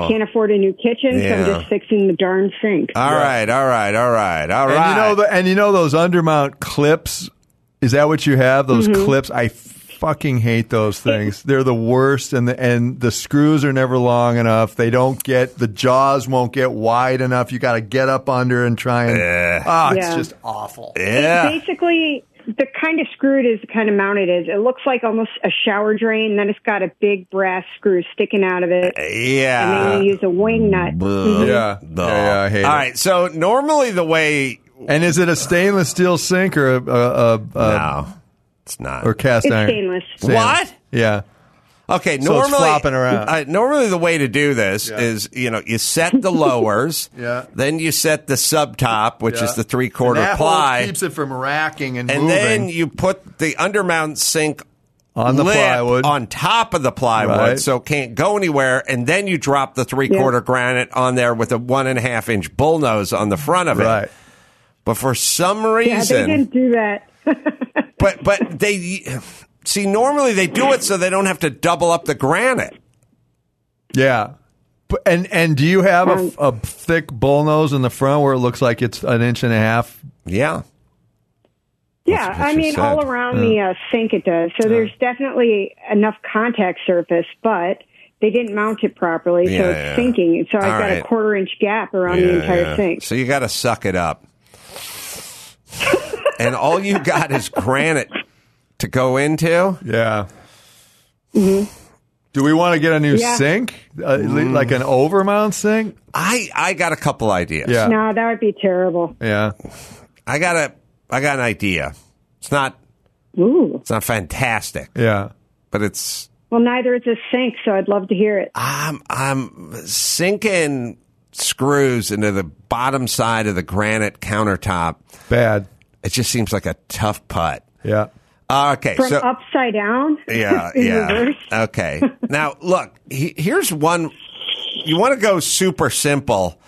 L: I can't afford a new kitchen, so
C: Oh. Yeah.
L: I'm just fixing the darn sink.
C: All right, all right, all right, all right.
D: and you know the, and you know those undermount clips. Is that what you have? Those
C: Mm-hmm.
L: Mhm.
D: clips. I fucking hate those things. They're the worst, and the and the screws are never long enough. They don't get the jaws won't get wide enough. You got to get up under and try and. Ah, it's
L: Yeah.
D: just awful.
L: It's basically the kind of screw it is, the kind of mount it is. It looks like almost a shower drain. Then it's got a big brass screw sticking out of it.
C: Yeah.
L: And then you use a wing nut.
C: Blah.
D: Yeah.
C: Blah.
D: Yeah, yeah, I hate
C: Mm-hmm. All
D: it.
C: right, so normally the way
D: And is it a stainless steel sink or a, a, a, a
C: no? It's not
D: or cast
C: It's
D: iron.
C: stainless. What?
D: Yeah.
C: Okay,
D: So it's
C: normally
D: flopping around.
C: uh, normally the way to do this is you know you set the lowers,
D: Yeah.
C: Then you set the sub top, which
D: Yeah.
C: is the three quarter
D: And that hole
C: ply,
D: keeps it from racking and,
C: and
D: moving.
C: then you put the undermount sink
D: On the
C: lip
D: plywood.
C: on top of the plywood,
D: Right.
C: so it can't go anywhere. And then you drop the three quarter granite on there with a one and a half inch bullnose on the front of it. Right. But for some
L: Yeah, they
C: reason,
L: didn't do that.
C: but but they see normally they do it so they don't have to double up the granite.
D: Yeah. But- And and do you have a, a thick bullnose in the front where it looks like it's an inch and a half?
C: Yeah.
L: Yeah,
D: what
L: I
D: she
L: mean,
D: said. Mm.
L: all around the uh, sink it does. So there's definitely enough contact surface, but they didn't mount it properly, so
C: Yeah,
L: it's
C: yeah.
L: sinking. So I've
C: All
L: got
C: right.
L: a quarter inch gap around the
C: Yeah,
L: entire
C: yeah.
L: sink.
C: So you got to suck it up. and all you got is granite to go into.
D: Yeah. Do we want to get a new
L: Mm-hmm. Yeah.
D: sink, uh, li- like an overmount sink?
C: Mm. I I got a couple ideas.
L: No, that would be terrible.
D: Yeah.
C: I got a I got an idea. It's not
L: Ooh.
C: it's not fantastic.
D: Yeah.
C: But it's
L: Well, neither is a sink, so I'd love to hear it.
C: I'm I'm sinking screws into the bottom side of the granite countertop.
D: Bad.
C: It just seems like a tough putt.
D: Yeah.
C: Uh, okay.
L: From
C: so
L: upside down?
C: Yeah,
L: in
C: yeah.
L: reverse?
C: Okay. Now, look, he, here's one. You want to go super simple?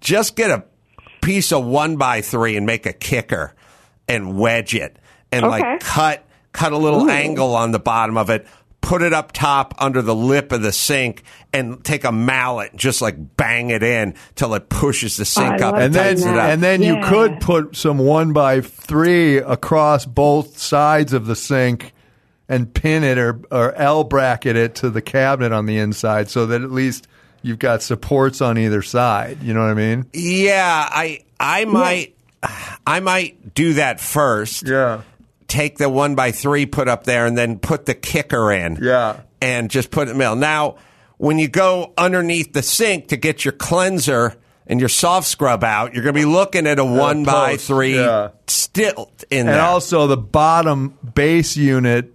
C: Just get a piece of one by three and make a kicker and wedge it and
M: Okay.
C: like cut cut a little angle on the bottom of it. Put it up top under the lip of the sink and take a mallet, just like bang it in till it pushes the sink up
D: and then
C: tightens it up.
D: and then you could put some one by three across both sides of the sink and pin it or or L bracket it to the cabinet on the inside so that at least you've got supports on either side. You know what I mean?
C: Yeah, I I might I might do that first.
D: Yeah.
C: Take the one by three, put up there, and then put the kicker in.
D: Yeah.
C: And just put it in the middle. Now, when you go underneath the sink to get your cleanser and your soft scrub out, you're going to be looking at a one by
D: post,
C: three
D: yeah.
C: stilt in
D: and
C: there.
D: also the bottom base unit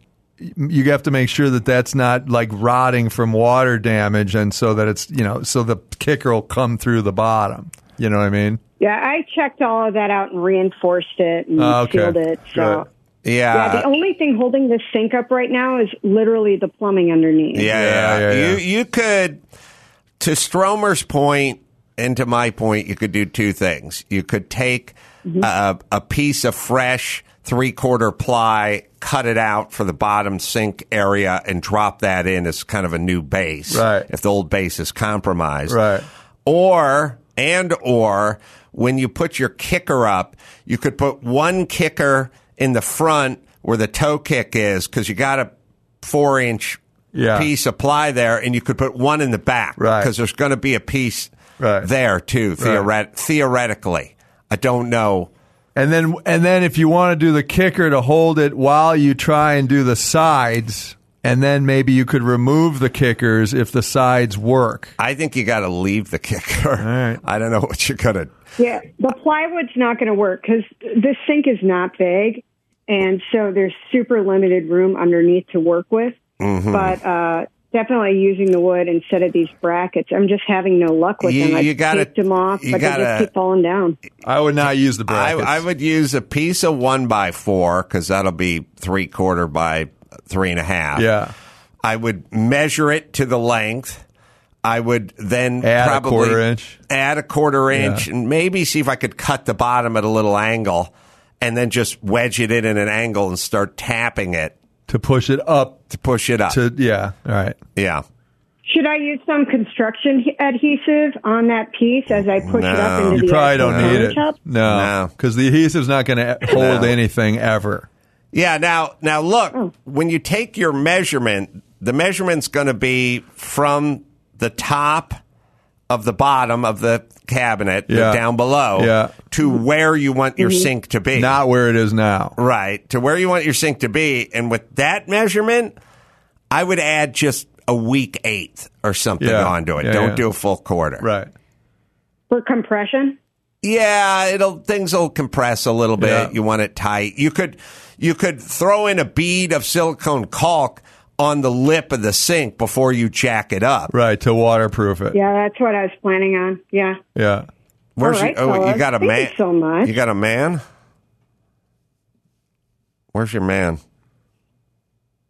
D: you have to make sure that that's not like rotting from water damage and so that it's you know so the kicker will come through the bottom you know what i mean
L: Yeah, I checked all of that out and reinforced it and
D: Oh, okay.
L: sealed it. So.
C: Ah, yeah.
L: Yeah, the only thing holding the sink up right now is literally the plumbing underneath.
C: Yeah, yeah, You you could to Stromer's point and to my point, you could do two things. You could take a, a piece of fresh three quarter ply, cut it out for the bottom sink area, and drop that in as kind of a new base. Right. If the old base is compromised. Right. Or and or when you put your kicker up, you could put one kicker in the front where the toe kick is because you got a four inch
D: Yeah.
C: piece of ply there, and you could put one in the back
D: Right.
C: because there's going to be a piece
D: Right.
C: there too. Theoret-
D: Right.
C: Theoretically, I don't know.
D: and then and then if you want to do the kicker to hold it while you try and do the sides and then maybe you could remove the kickers if the sides work
C: I think you got to leave the kicker. I don't know what you're going to.
L: Yeah, the plywood's not going to work because this sink is not big,
C: Mm-hmm.
L: and so there's super limited room underneath to work with. But uh, definitely using the wood instead of these brackets. I'm just having no luck with
C: You-
L: them. I
C: you gotta-
L: taped them off,
C: you
L: but they
C: gotta-
L: just keep falling down.
D: I would not use the
C: brackets. I, would use a piece of one by four because that'll be three quarter by three and a half.
D: Yeah.
C: I would measure it to the length. I would then
D: Add a
C: probably
D: quarter inch.
C: add a quarter
D: Yeah.
C: inch, and maybe see if I could cut the bottom at a little angle, and then just wedge it in at an angle and start tapping it
D: to push it up.
C: To push it up.
D: To yeah, all right.
C: Yeah.
L: Should I use some construction he- adhesive on that piece as I push it up
D: No.
L: into
D: You
L: the
D: probably
L: actual
D: don't need it.
L: countertop?
D: No, because the adhesive's not going to hold anything ever.
C: Yeah. Now, now look, when you take your measurement, the measurement's going to be from the top of the bottom of the cabinet
D: Yeah.
C: down below
D: Yeah.
C: to where you want your
D: Mhm.
C: sink to be.
D: Not where it is now.
C: Right. To where you want your sink to be. And with that measurement, I would add just a weak eighth or something
D: Yeah.
C: onto it.
D: Yeah,
C: Don't
D: yeah.
C: do a full quarter.
D: Right.
L: For compression?
C: Yeah, it'll things will compress a little bit. You want it tight. You could you could throw in a bead of silicone caulk on the lip of the sink before you jack it up.
D: Right to waterproof it.
L: Yeah, that's what I was planning on. Yeah.
D: Yeah.
C: Where's
L: All right,
C: your, oh, you
L: fellas.
C: got a
L: Thank
C: man?
L: you so much.
C: You got a man? Where's your man?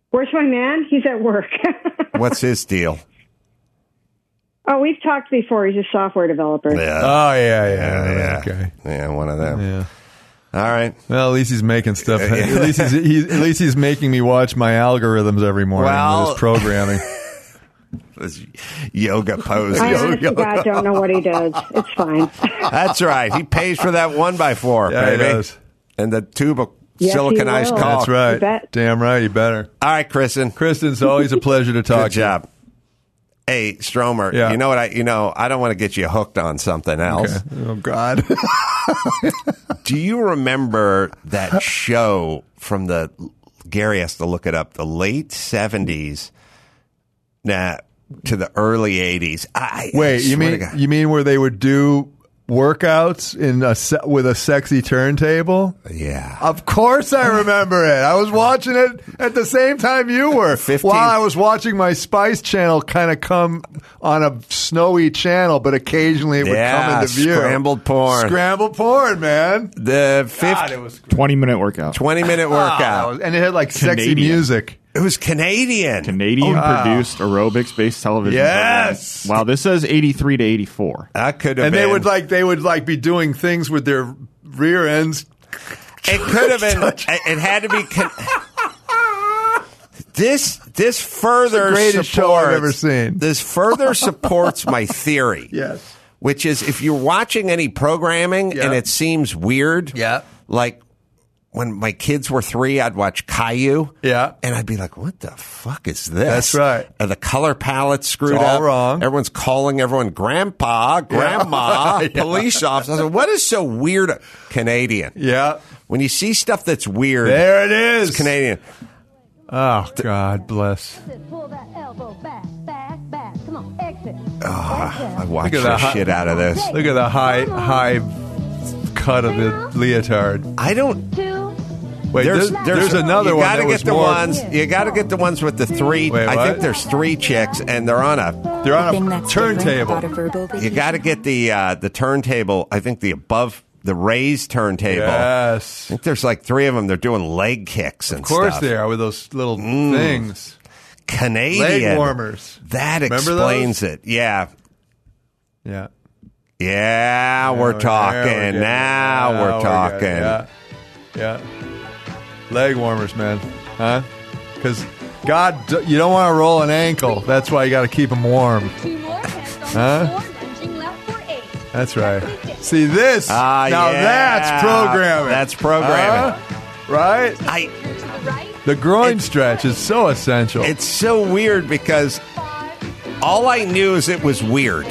L: Where's my man? He's at work.
C: What's his deal?
L: oh, we've talked before. He's a software developer.
D: Oh yeah, yeah, yeah. Okay.
C: Yeah, one of them.
D: Yeah.
C: All right.
D: Well, at least he's making stuff. at least he's, he's at least he's making me watch my algorithms every morning with
C: Well-
D: his programming.
C: This yoga pose.
L: I honestly, God, don't know what he does. It's fine.
C: That's right. He pays for that one by four,
D: Yeah, he
C: baby,
D: does.
C: and the tube of
D: Yes, he
C: siliconized
D: will.
C: caulk.
D: That's right. You bet. Damn right. You better.
C: All right, Kristen.
D: Kristen, it's always a pleasure to talk
C: Good
D: to you.
C: job. Hey, Stromer.
D: Yeah.
C: You know what? I you know I don't want to get you hooked on something else.
D: Oh God.
C: Do you remember that show from the Gary has to look it up, the late seventies nah, to the early eighties. I I
D: Wait, you
C: swear to
D: mean
C: God.
D: you mean where they would do workouts in a se- with a sexy turntable?
C: Yeah.
D: Of course I remember it. I was watching it at the same time you were. While I was watching my Spice Channel kind of come on a snowy channel, but occasionally it would
C: Yeah,
D: come into view.
C: scrambled porn.
D: Scrambled porn, man.
C: The 50,
J: 20 minute workout.
C: 20 minute
D: Ah,
C: workout.
D: and it had like sexy
J: Canadian.
D: music.
C: It was Canadian. Oh,
J: Canadian
D: Wow.
J: produced aerobics based television.
D: Yes.
J: program. Wow, this says 83 to 84.
C: That could
D: And they would like they would like be doing things with their rear ends.
C: It could have been. it it had to be. Con- this this further
D: greatest show I've
C: supports-
D: ever seen.
C: This further supports my theory.
D: Yes.
C: Which is if you're watching any programming and it seems weird. Yeah. Like when my kids were three, I'd watch Caillou.
D: Yeah.
C: And I'd be like, what the fuck is this?
D: That's right.
C: Are the color palette screwed
D: It's all
C: up?
D: wrong.
C: Everyone's calling everyone grandpa, grandma,
D: Yeah.
C: police officer. I was like, what is so weird? Canadian.
D: Yeah.
C: When you see stuff that's weird,
D: There it is.
C: It's Canadian.
D: Oh God bless.
M: Pull that elbow back, back, back. Come on, exit.
C: Ah, I watched
D: Look at
C: the
D: the hi-
C: shit out of this.
D: Look at the high high cut of the leotard.
C: I don't.
D: Wait, there's, there's, another
C: you
D: one.
C: Gotta
D: that
C: get
D: was
C: the
D: more-
C: ones. You got to get the ones with the three.
D: Wait,
C: I
D: what?
C: think there's three chicks, and they're on a.
D: They're on a turntable.
C: You got to get the uh, the turntable. I think the above the raised turntable.
D: Yes.
C: I think there's like three of them. They're doing leg kicks and
D: Of course
C: stuff.
D: they are with those little
C: Mm.
D: things.
C: Canadian
D: Leg warmers.
C: That
D: Remember those?
C: explains it. Yeah.
D: Yeah.
C: Yeah,
D: Yeah,
C: we're
D: there
C: talking.
D: we get it.
C: now
D: Now
C: we're
D: we get
C: talking.
D: it. Yeah. Yeah. Leg warmers, man. Huh? Because God, d- you don't want to roll an ankle. That's why you got to keep them warm.
M: Two more hands on
D: Huh?
M: the floor, lunging left for eight.
D: That's right. See this?
C: Ah,
D: now
C: yeah.
D: that's programming.
C: That's programming.
D: Huh? right?
C: I,
D: the groin stretch is so essential.
C: It's so weird because all I knew is it was weird.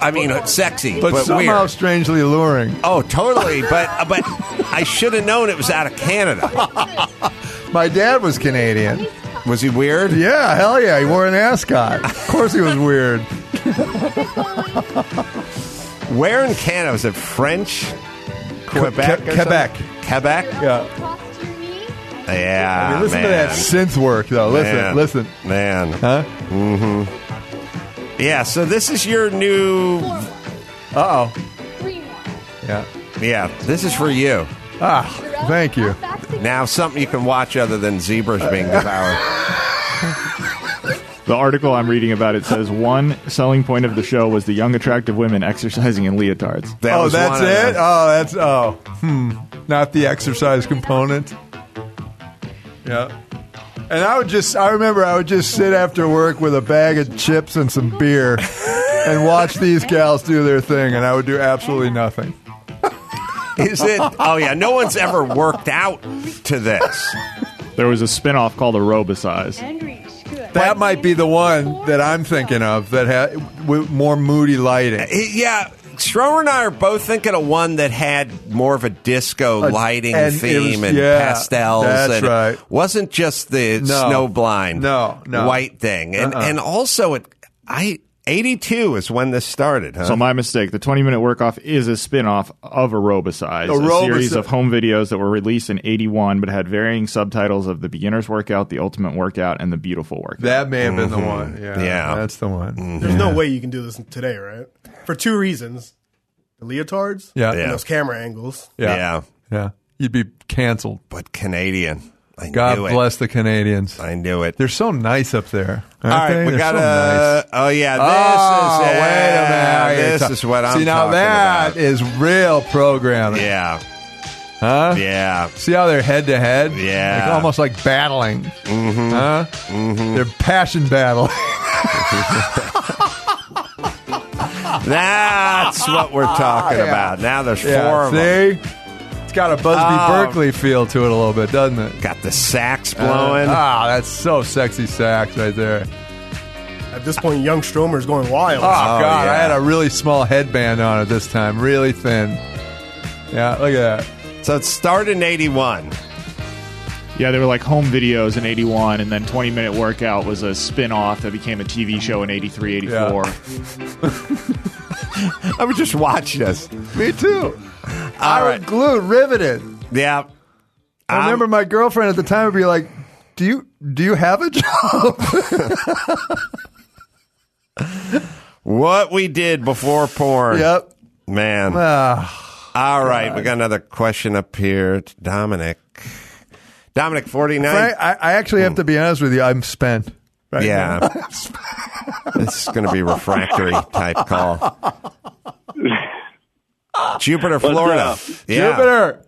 C: I mean, it's sexy,
D: but,
C: but,
D: somehow
C: weird.
D: strangely alluring.
C: Oh, totally. But but I should have known it was out of Canada.
D: My dad was Canadian.
C: Was he weird?
D: Yeah, hell yeah. He wore an ascot. Of course he was weird.
C: Where in Canada was it? French, Quebec, or
D: Quebec.
C: something? Quebec.
D: Yeah.
C: Yeah.
D: I mean, listen to
C: man.
D: that synth work, though. Listen,
C: Man.
D: listen.
C: Man.
D: Huh?
C: Mm-hmm. Yeah, so this is your new. Uh oh.
D: Yeah.
C: Yeah, this is for you.
D: Ah, thank you. Uh,
C: Now, something you can watch other than zebras being devoured.
J: The article I'm reading about it says one selling point of the show was the young, attractive women exercising in leotards.
D: oh, that's it. Oh, that's oh. Hmm. Not the exercise component. Yeah. And I would just, I remember I would just sit after work with a bag of chips and some beer and watch these gals do their thing, and I would do absolutely nothing.
C: Is it? Oh, yeah. No one's ever worked out to this.
J: There was a spinoff called Aerobicize.
D: That might be the one that I'm thinking of that had with more moody lighting.
C: It- yeah, Schroeder and I are both thinking of one that had more of a disco
D: A-
C: lighting
D: and it
C: theme
D: was-
C: and
D: yeah,
C: pastels.
D: that's
C: and
D: right.
C: It wasn't just the
D: No.
C: snowblind
D: No, no.
C: white thing. And
J: Uh-uh.
C: and also it I 82 is when this started, huh?
J: So my mistake. The 20 minute work off is a spin off of Aerobicize,
C: Aerobici-
J: a series of home videos that were released in 81 but had varying subtitles of the beginner's workout, the ultimate workout, and the beautiful workout.
D: That may have been the one. Yeah, that's the one.
N: There's no way you can do this today, right? For two reasons: the leotards,
D: Yeah.
N: and
D: Yeah.
N: those camera angles.
D: Yeah.
C: Yeah.
D: Yeah. You'd be canceled.
C: But Canadian. I
D: God
C: knew it.
D: bless the Canadians.
C: I knew it.
D: They're so nice up there.
C: All
D: aren't
C: right,
D: they?
C: we
D: They're
C: got to.
D: so nice.
C: Oh yeah, this
D: Oh,
C: is
D: wait a
C: yeah,
D: minute.
C: This is what I'm
D: See, now
C: talking
D: that
C: about.
D: is real programming.
C: Yeah.
D: Huh?
C: Yeah.
D: See how they're head to head?
C: Yeah.
D: Like, almost like battling. Mm-hmm. Huh? Mm-hmm. They're passion battle.
C: That's what we're talking
D: Ah, Yeah.
C: about. Now there's
D: Yeah,
C: four of them.
D: See? It's got a Busby
C: Oh.
D: Berkeley feel to it a little bit, doesn't it?
C: Got the sax blowing.
D: ah, that's so sexy sax right there.
N: At this point, young Stromer's going wild.
D: Oh, God, I had a really small headband on it this time, really thin. Yeah, look at that.
C: So it started in 81.
J: Yeah, they were like home videos in 81, and then 20 Minute Workout was a spin off that became a TV show in 83, 84.
C: I was just watching this.
D: Me too. I
C: right.
D: was glued, riveted.
C: Yeah.
D: I remember my girlfriend at the time would be like, "Do you do you have a job?"
C: What we did before porn.
D: Yep. Ah.
C: Man. All right, we got another question up here. to Dominic. Dominic 49.
D: Frank, I, I actually have to be honest with you. I'm spent. Right
C: Yeah.
D: now.
C: this is going to be refractory type call. Jupiter,
O: What's
C: Florida.
O: up?
C: Yeah.
D: Jupiter.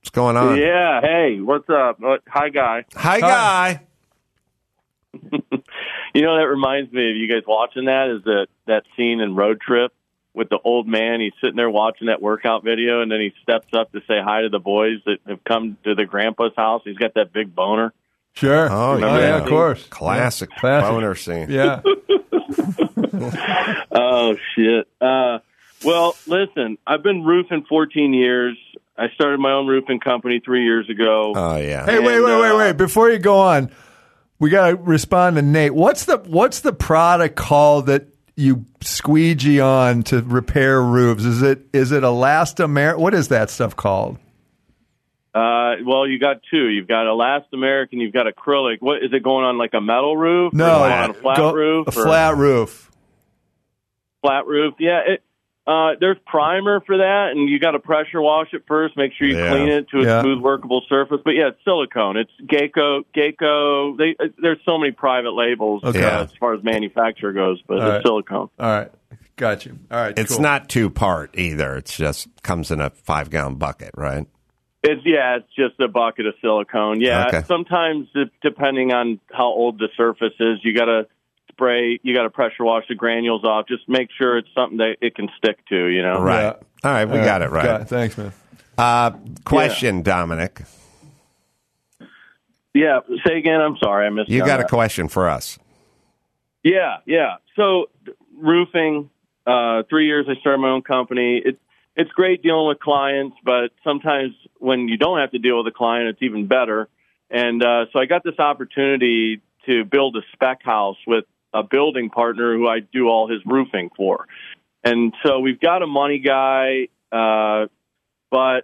C: What's going on?
O: Yeah. Hey, what's up? Uh, Hi, guy.
C: Hi, guy.
O: You know that reminds me of you guys watching that is that that scene in Road Trip with the old man. He's sitting there watching that workout video, and then he steps up to say hi to the boys that have come to the grandpa's house. He's got that big boner.
D: Sure.
C: Oh,
O: Remember
C: yeah.
O: that
D: of course.
C: Classic,
D: Yeah, classic.
C: boner scene.
D: Yeah.
O: oh shit. Uh, well, listen, I've been roofing 14 years. I started my own roofing company three years ago.
C: Oh yeah.
D: Hey, wait, wait,
O: uh,
D: wait, wait. Before you go on, we got to respond to Nate. What's the what's the product call that you squeegee on to repair roofs? Is it is it elastomer? What is that stuff called?
O: Uh, well, you got two. You've got elastomeric and you've got acrylic. What is it going on like a metal roof? Or
D: No,
O: is it on a flat
D: go-
O: roof.
D: A
O: or-
D: flat roof.
O: flat roof. Yeah, it, uh, there's primer for that, and you got to pressure wash it first. Make sure you
P: Yeah.
O: clean it to a
P: Yeah.
O: smooth, workable surface. But yeah, it's silicone. It's Geico. Geico. They, uh, there's so many private labels
C: Okay.
O: uh, as far as manufacturer goes, but
C: All
O: it's
C: right.
O: silicone.
D: All right. Got you. All right.
C: It's
O: cool.
C: not two part either. It's just comes in a five gallon bucket, right?
O: It's yeah, it's just a bucket of silicone. Yeah,
C: Okay.
O: sometimes de- depending on how old the surface is, you got to spray. You got to pressure wash the granules off. Just make sure it's something that it can stick to. You know,
C: Right. All right, we
D: All
C: got it right.
D: Got it. Thanks, man.
C: Uh, question, Dominic.
O: Yeah. Say again. I'm sorry, I missed.
C: You
O: on
C: got a
O: that.
C: question for us?
O: Yeah, yeah. So th- roofing, uh, three years I started my own company. It, it's great dealing with clients, but sometimes when you don't have to deal with a client, it's even better. And uh, so I got this opportunity to build a spec house with a building partner who I do all his roofing for. And so we've got a money guy, uh, but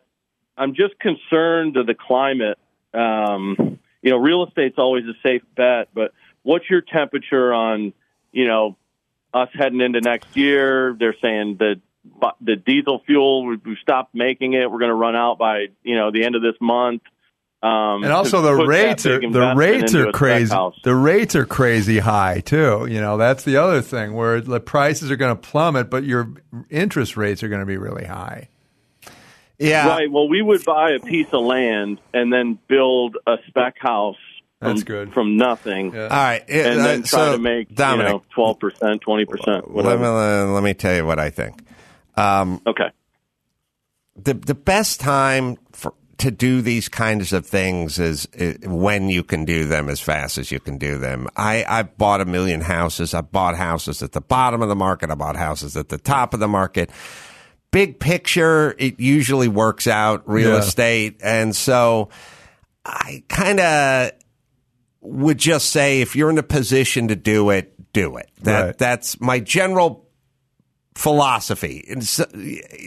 O: I'm just concerned of the climate. Um, you know, real estate's always a safe bet, but what's your temperature on, you know, us heading into next year? They're saying that bu- the diesel fuel, we- we've stopped making it. We're going to run out by, you know, the end of this month. Um,
D: and also
O: to
D: the
O: put that
D: rates are
O: big
D: the
O: investment
D: rates
O: into
D: are
O: a spec
D: crazy.
O: house.
D: The rates are crazy high too. You know that's the other thing where the prices are going to plummet, but your interest rates are going to be really high.
C: Yeah.
O: Right. Well, we would buy a piece of land and then build a spec house. From,
C: That's good.
O: From nothing.
C: All right, it-
O: and then
C: uh,
O: try
C: so,
O: to make you know
C: Dominic.
O: twelve percent, twenty percent,
C: Let me,
O: whatever.
C: let let me tell you what I think. Um,
O: okay.
C: The the best time for, to do these kinds of things is, is when you can do them as fast as you can do them. I I bought a million houses. I bought houses at the bottom of the market. I bought houses at the top of the market. Big picture, it usually works out. Real
P: Yeah.
C: estate, and so I kind of would just say if you're in a position to do it, do it. That that's my general philosophy. And so,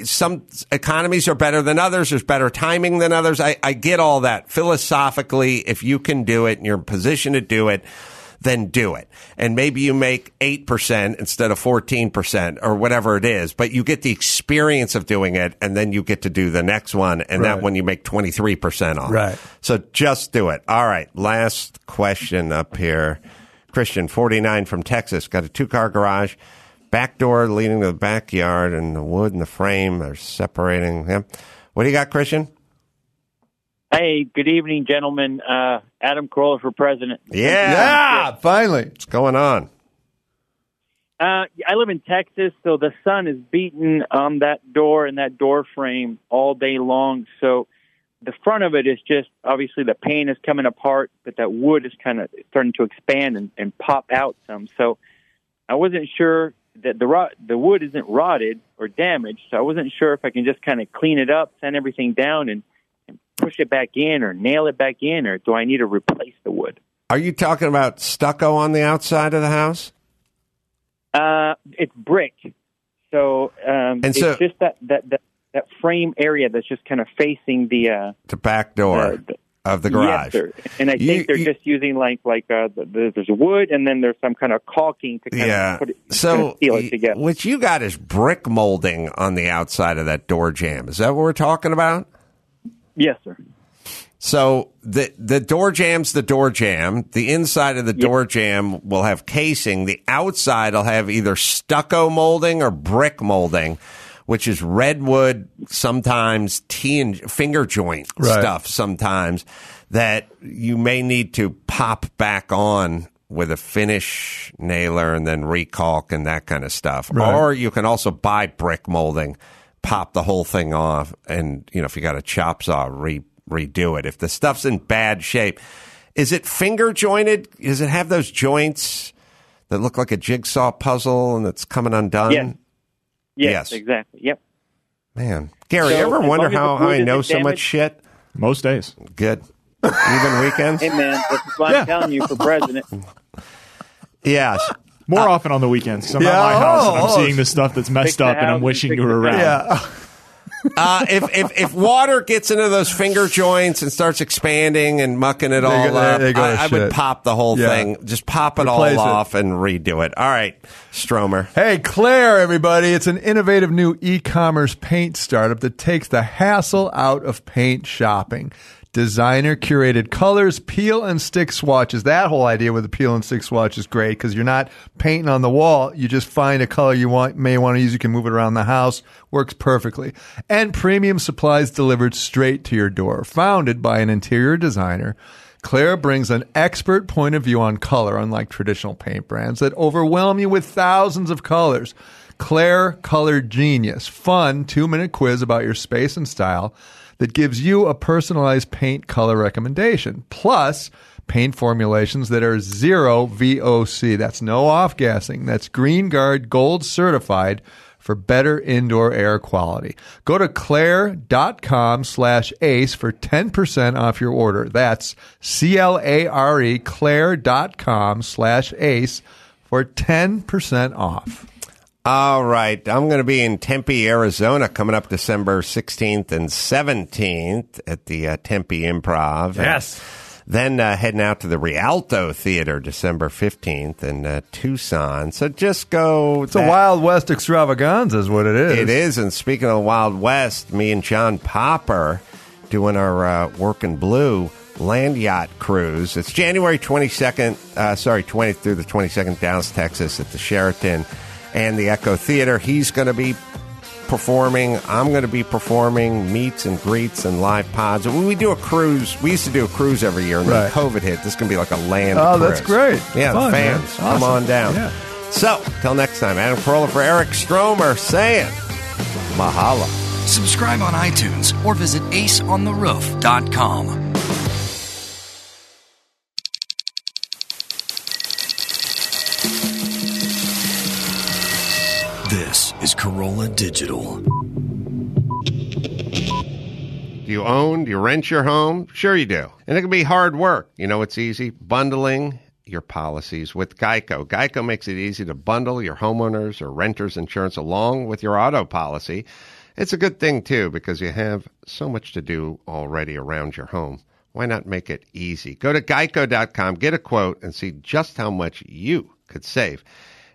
C: some economies are better than others. There's better timing than others. I, I get all that philosophically. If you can do it and you're in a position to do it. Then do it. And maybe you make 8% instead of 14% or whatever it is, but you get the experience of doing it and then you get to do the next one. And that
P: Right.
C: one you make 23% on.
P: Right.
C: So just do it. All right. Last question up here. Christian, 49 from Texas, got a two car garage, back door leading to the backyard, and the wood and the frame are separating him. What do you got, Christian?
Q: Hey, good evening, gentlemen. Uh, Adam Carolla for president.
D: finally.
C: What's going on?
Q: Uh, I live in Texas, so the sun is beating on that door and that door frame all day long. So the front of it is just obviously the pane is coming apart, but that wood is kind of starting to expand and, and pop out some. So I wasn't sure that the rot, the wood isn't rotted or damaged. So I wasn't sure if I can just kind of clean it up, sand everything down, and, and push it back in, or nail it back in, or do I need to replace the wood?
C: Are you talking about stucco on the outside of the house?
Q: Uh, it's brick. So um,
C: And
Q: it's
C: so-
Q: just that, that that that frame area that's just kind of facing the uh,
C: The back door of the
Q: yes,
C: garage.
Q: sir. and I think they're just using like like uh, the, the, there's wood and then there's some kind of caulking to kind
C: Yeah.
Q: of put it, kind
C: So,
Q: of seal
C: y-
Q: it together.
C: what you got is brick molding on the outside of that door jamb. Is that what we're talking about?
Q: Yes, sir.
C: So the the door jam's the door jam. The inside of the door jam will have casing. The outside will have either stucco molding or brick molding, which is redwood, sometimes T and finger joint
P: Right.
C: stuff sometimes that you may need to pop back on with a finish nailer and then recalk and that kind of stuff.
P: Right.
C: Or you can also buy brick molding, pop the whole thing off, and you know if you got a chop saw, re- redo it. If the stuff's in bad shape, is it finger jointed? Does it have those joints that look like a jigsaw puzzle and it's coming undone?
Q: Yes.
C: Yes.
Q: exactly. Yep.
C: Man, Gary,
Q: So,
C: ever
Q: as
C: wonder
Q: long as
C: how
Q: the wood
C: I know
Q: isn't
C: so much
Q: damaged-
C: shit?
J: Most days.
C: Good. Even weekends?
Q: Hey man, this is what I'm telling you for president.
C: Yes.
J: More often on the weekends. 'cause I'm at
C: Yeah,
J: my house and I'm
C: oh, oh.
J: seeing the stuff that's messed
C: the
J: up and
C: house
J: I'm
C: and
J: wishing
C: fix
J: you
C: the
J: were around.
C: house. Uh, if, if if water gets into those finger joints and starts expanding and mucking it
P: They go-
C: all
P: they-
C: up,
P: they go
C: I,
P: to
C: I would
P: shit.
C: pop the whole
P: Yeah.
C: thing. Just pop it
D: Replace it.
C: all off and redo it. All right, Stromer.
D: Hey, Claire, everybody. It's an innovative new e commerce paint startup that takes the hassle out of paint shopping. Designer curated colors, peel and stick swatches. That whole idea with the peel and stick swatch is great because you're not painting on the wall. You just find a color you want, may want to use. You can move it around the house. Works perfectly. And premium supplies delivered straight to your door. Founded by an interior designer. Claire brings an expert point of view on color, unlike traditional paint brands that overwhelm you with thousands of colors. Claire Color Genius, fun two minute quiz about your space and style that gives you a personalized paint color recommendation, plus paint formulations that are zero VOC. That's no off gassing. That's Green Guard Gold certified for better indoor air quality. Go to claire.com slash ace for 10% off your order. That's C-L-A-R-E, claire.com slash ace for 10% off.
C: All right. I'm going to be in Tempe, Arizona coming up December 16th and 17th at the uh, Tempe Improv.
P: Yes.
C: Then uh, heading out to the Rialto Theater December 15th in uh, Tucson. So just go.
D: It's a Wild West extravaganza, is what it is.
C: It is. And speaking of Wild West, me and John Popper doing our uh, Working Blue land yacht cruise. It's January 22nd, uh, sorry, 20th through the 22nd, Dallas, Texas, at the Sheraton and the Echo Theater. He's going to be performing. I'm going to be performing meets and greets and live pods. We, we do a cruise. We used to do a cruise every year, and
D: Right.
C: then COVID hit. This is going to be like a land
D: Oh,
C: cruise.
D: that's great.
C: Yeah, the
D: Fun, man.
C: fans, come
D: Awesome.
C: on down.
D: Yeah.
C: So, till next time, Adam Carolla for Eric Stromer saying, Mahalo.
G: Subscribe on iTunes or visit aceontheroof.com. This is Corolla Digital.
E: Do you own? Do you rent your home? Sure, you do. And it can be hard work. You know, it's easy bundling your policies with Geico. Geico makes it easy to bundle your homeowners or renters insurance along with your auto policy. It's a good thing, too, because you have so much to do already around your home. Why not make it easy? Go to geico.com, get a quote, and see just how much you could save.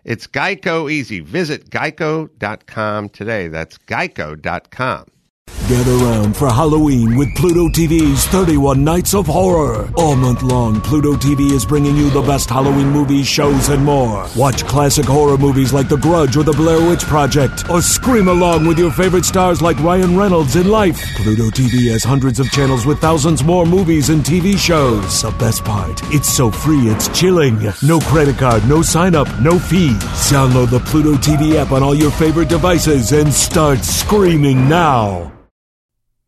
E: It's Geico Easy. Visit geico.com today. That's geico.com.
P: Gather round for Halloween with Pluto TV's 31 Nights of Horror. All month long, Pluto TV is bringing you the best Halloween movies, shows, and more. Watch classic horror movies like The Grudge or The Blair Witch Project, or scream along with your favorite stars like Ryan Reynolds in Life. Pluto TV has hundreds of channels with thousands more movies and TV shows. The best part, it's so free, it's chilling. No credit card, no sign up, no fees. Download the Pluto TV app on all your favorite devices and start screaming now.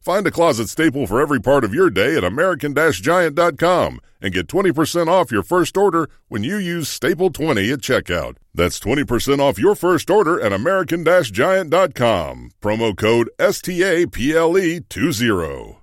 A: Find a closet staple for every part of your day at American-Giant.com and get 20% off your first order when you use Staple 20 at checkout. That's 20% off your first order at E American-Giant.com. Promo code STAPLE20.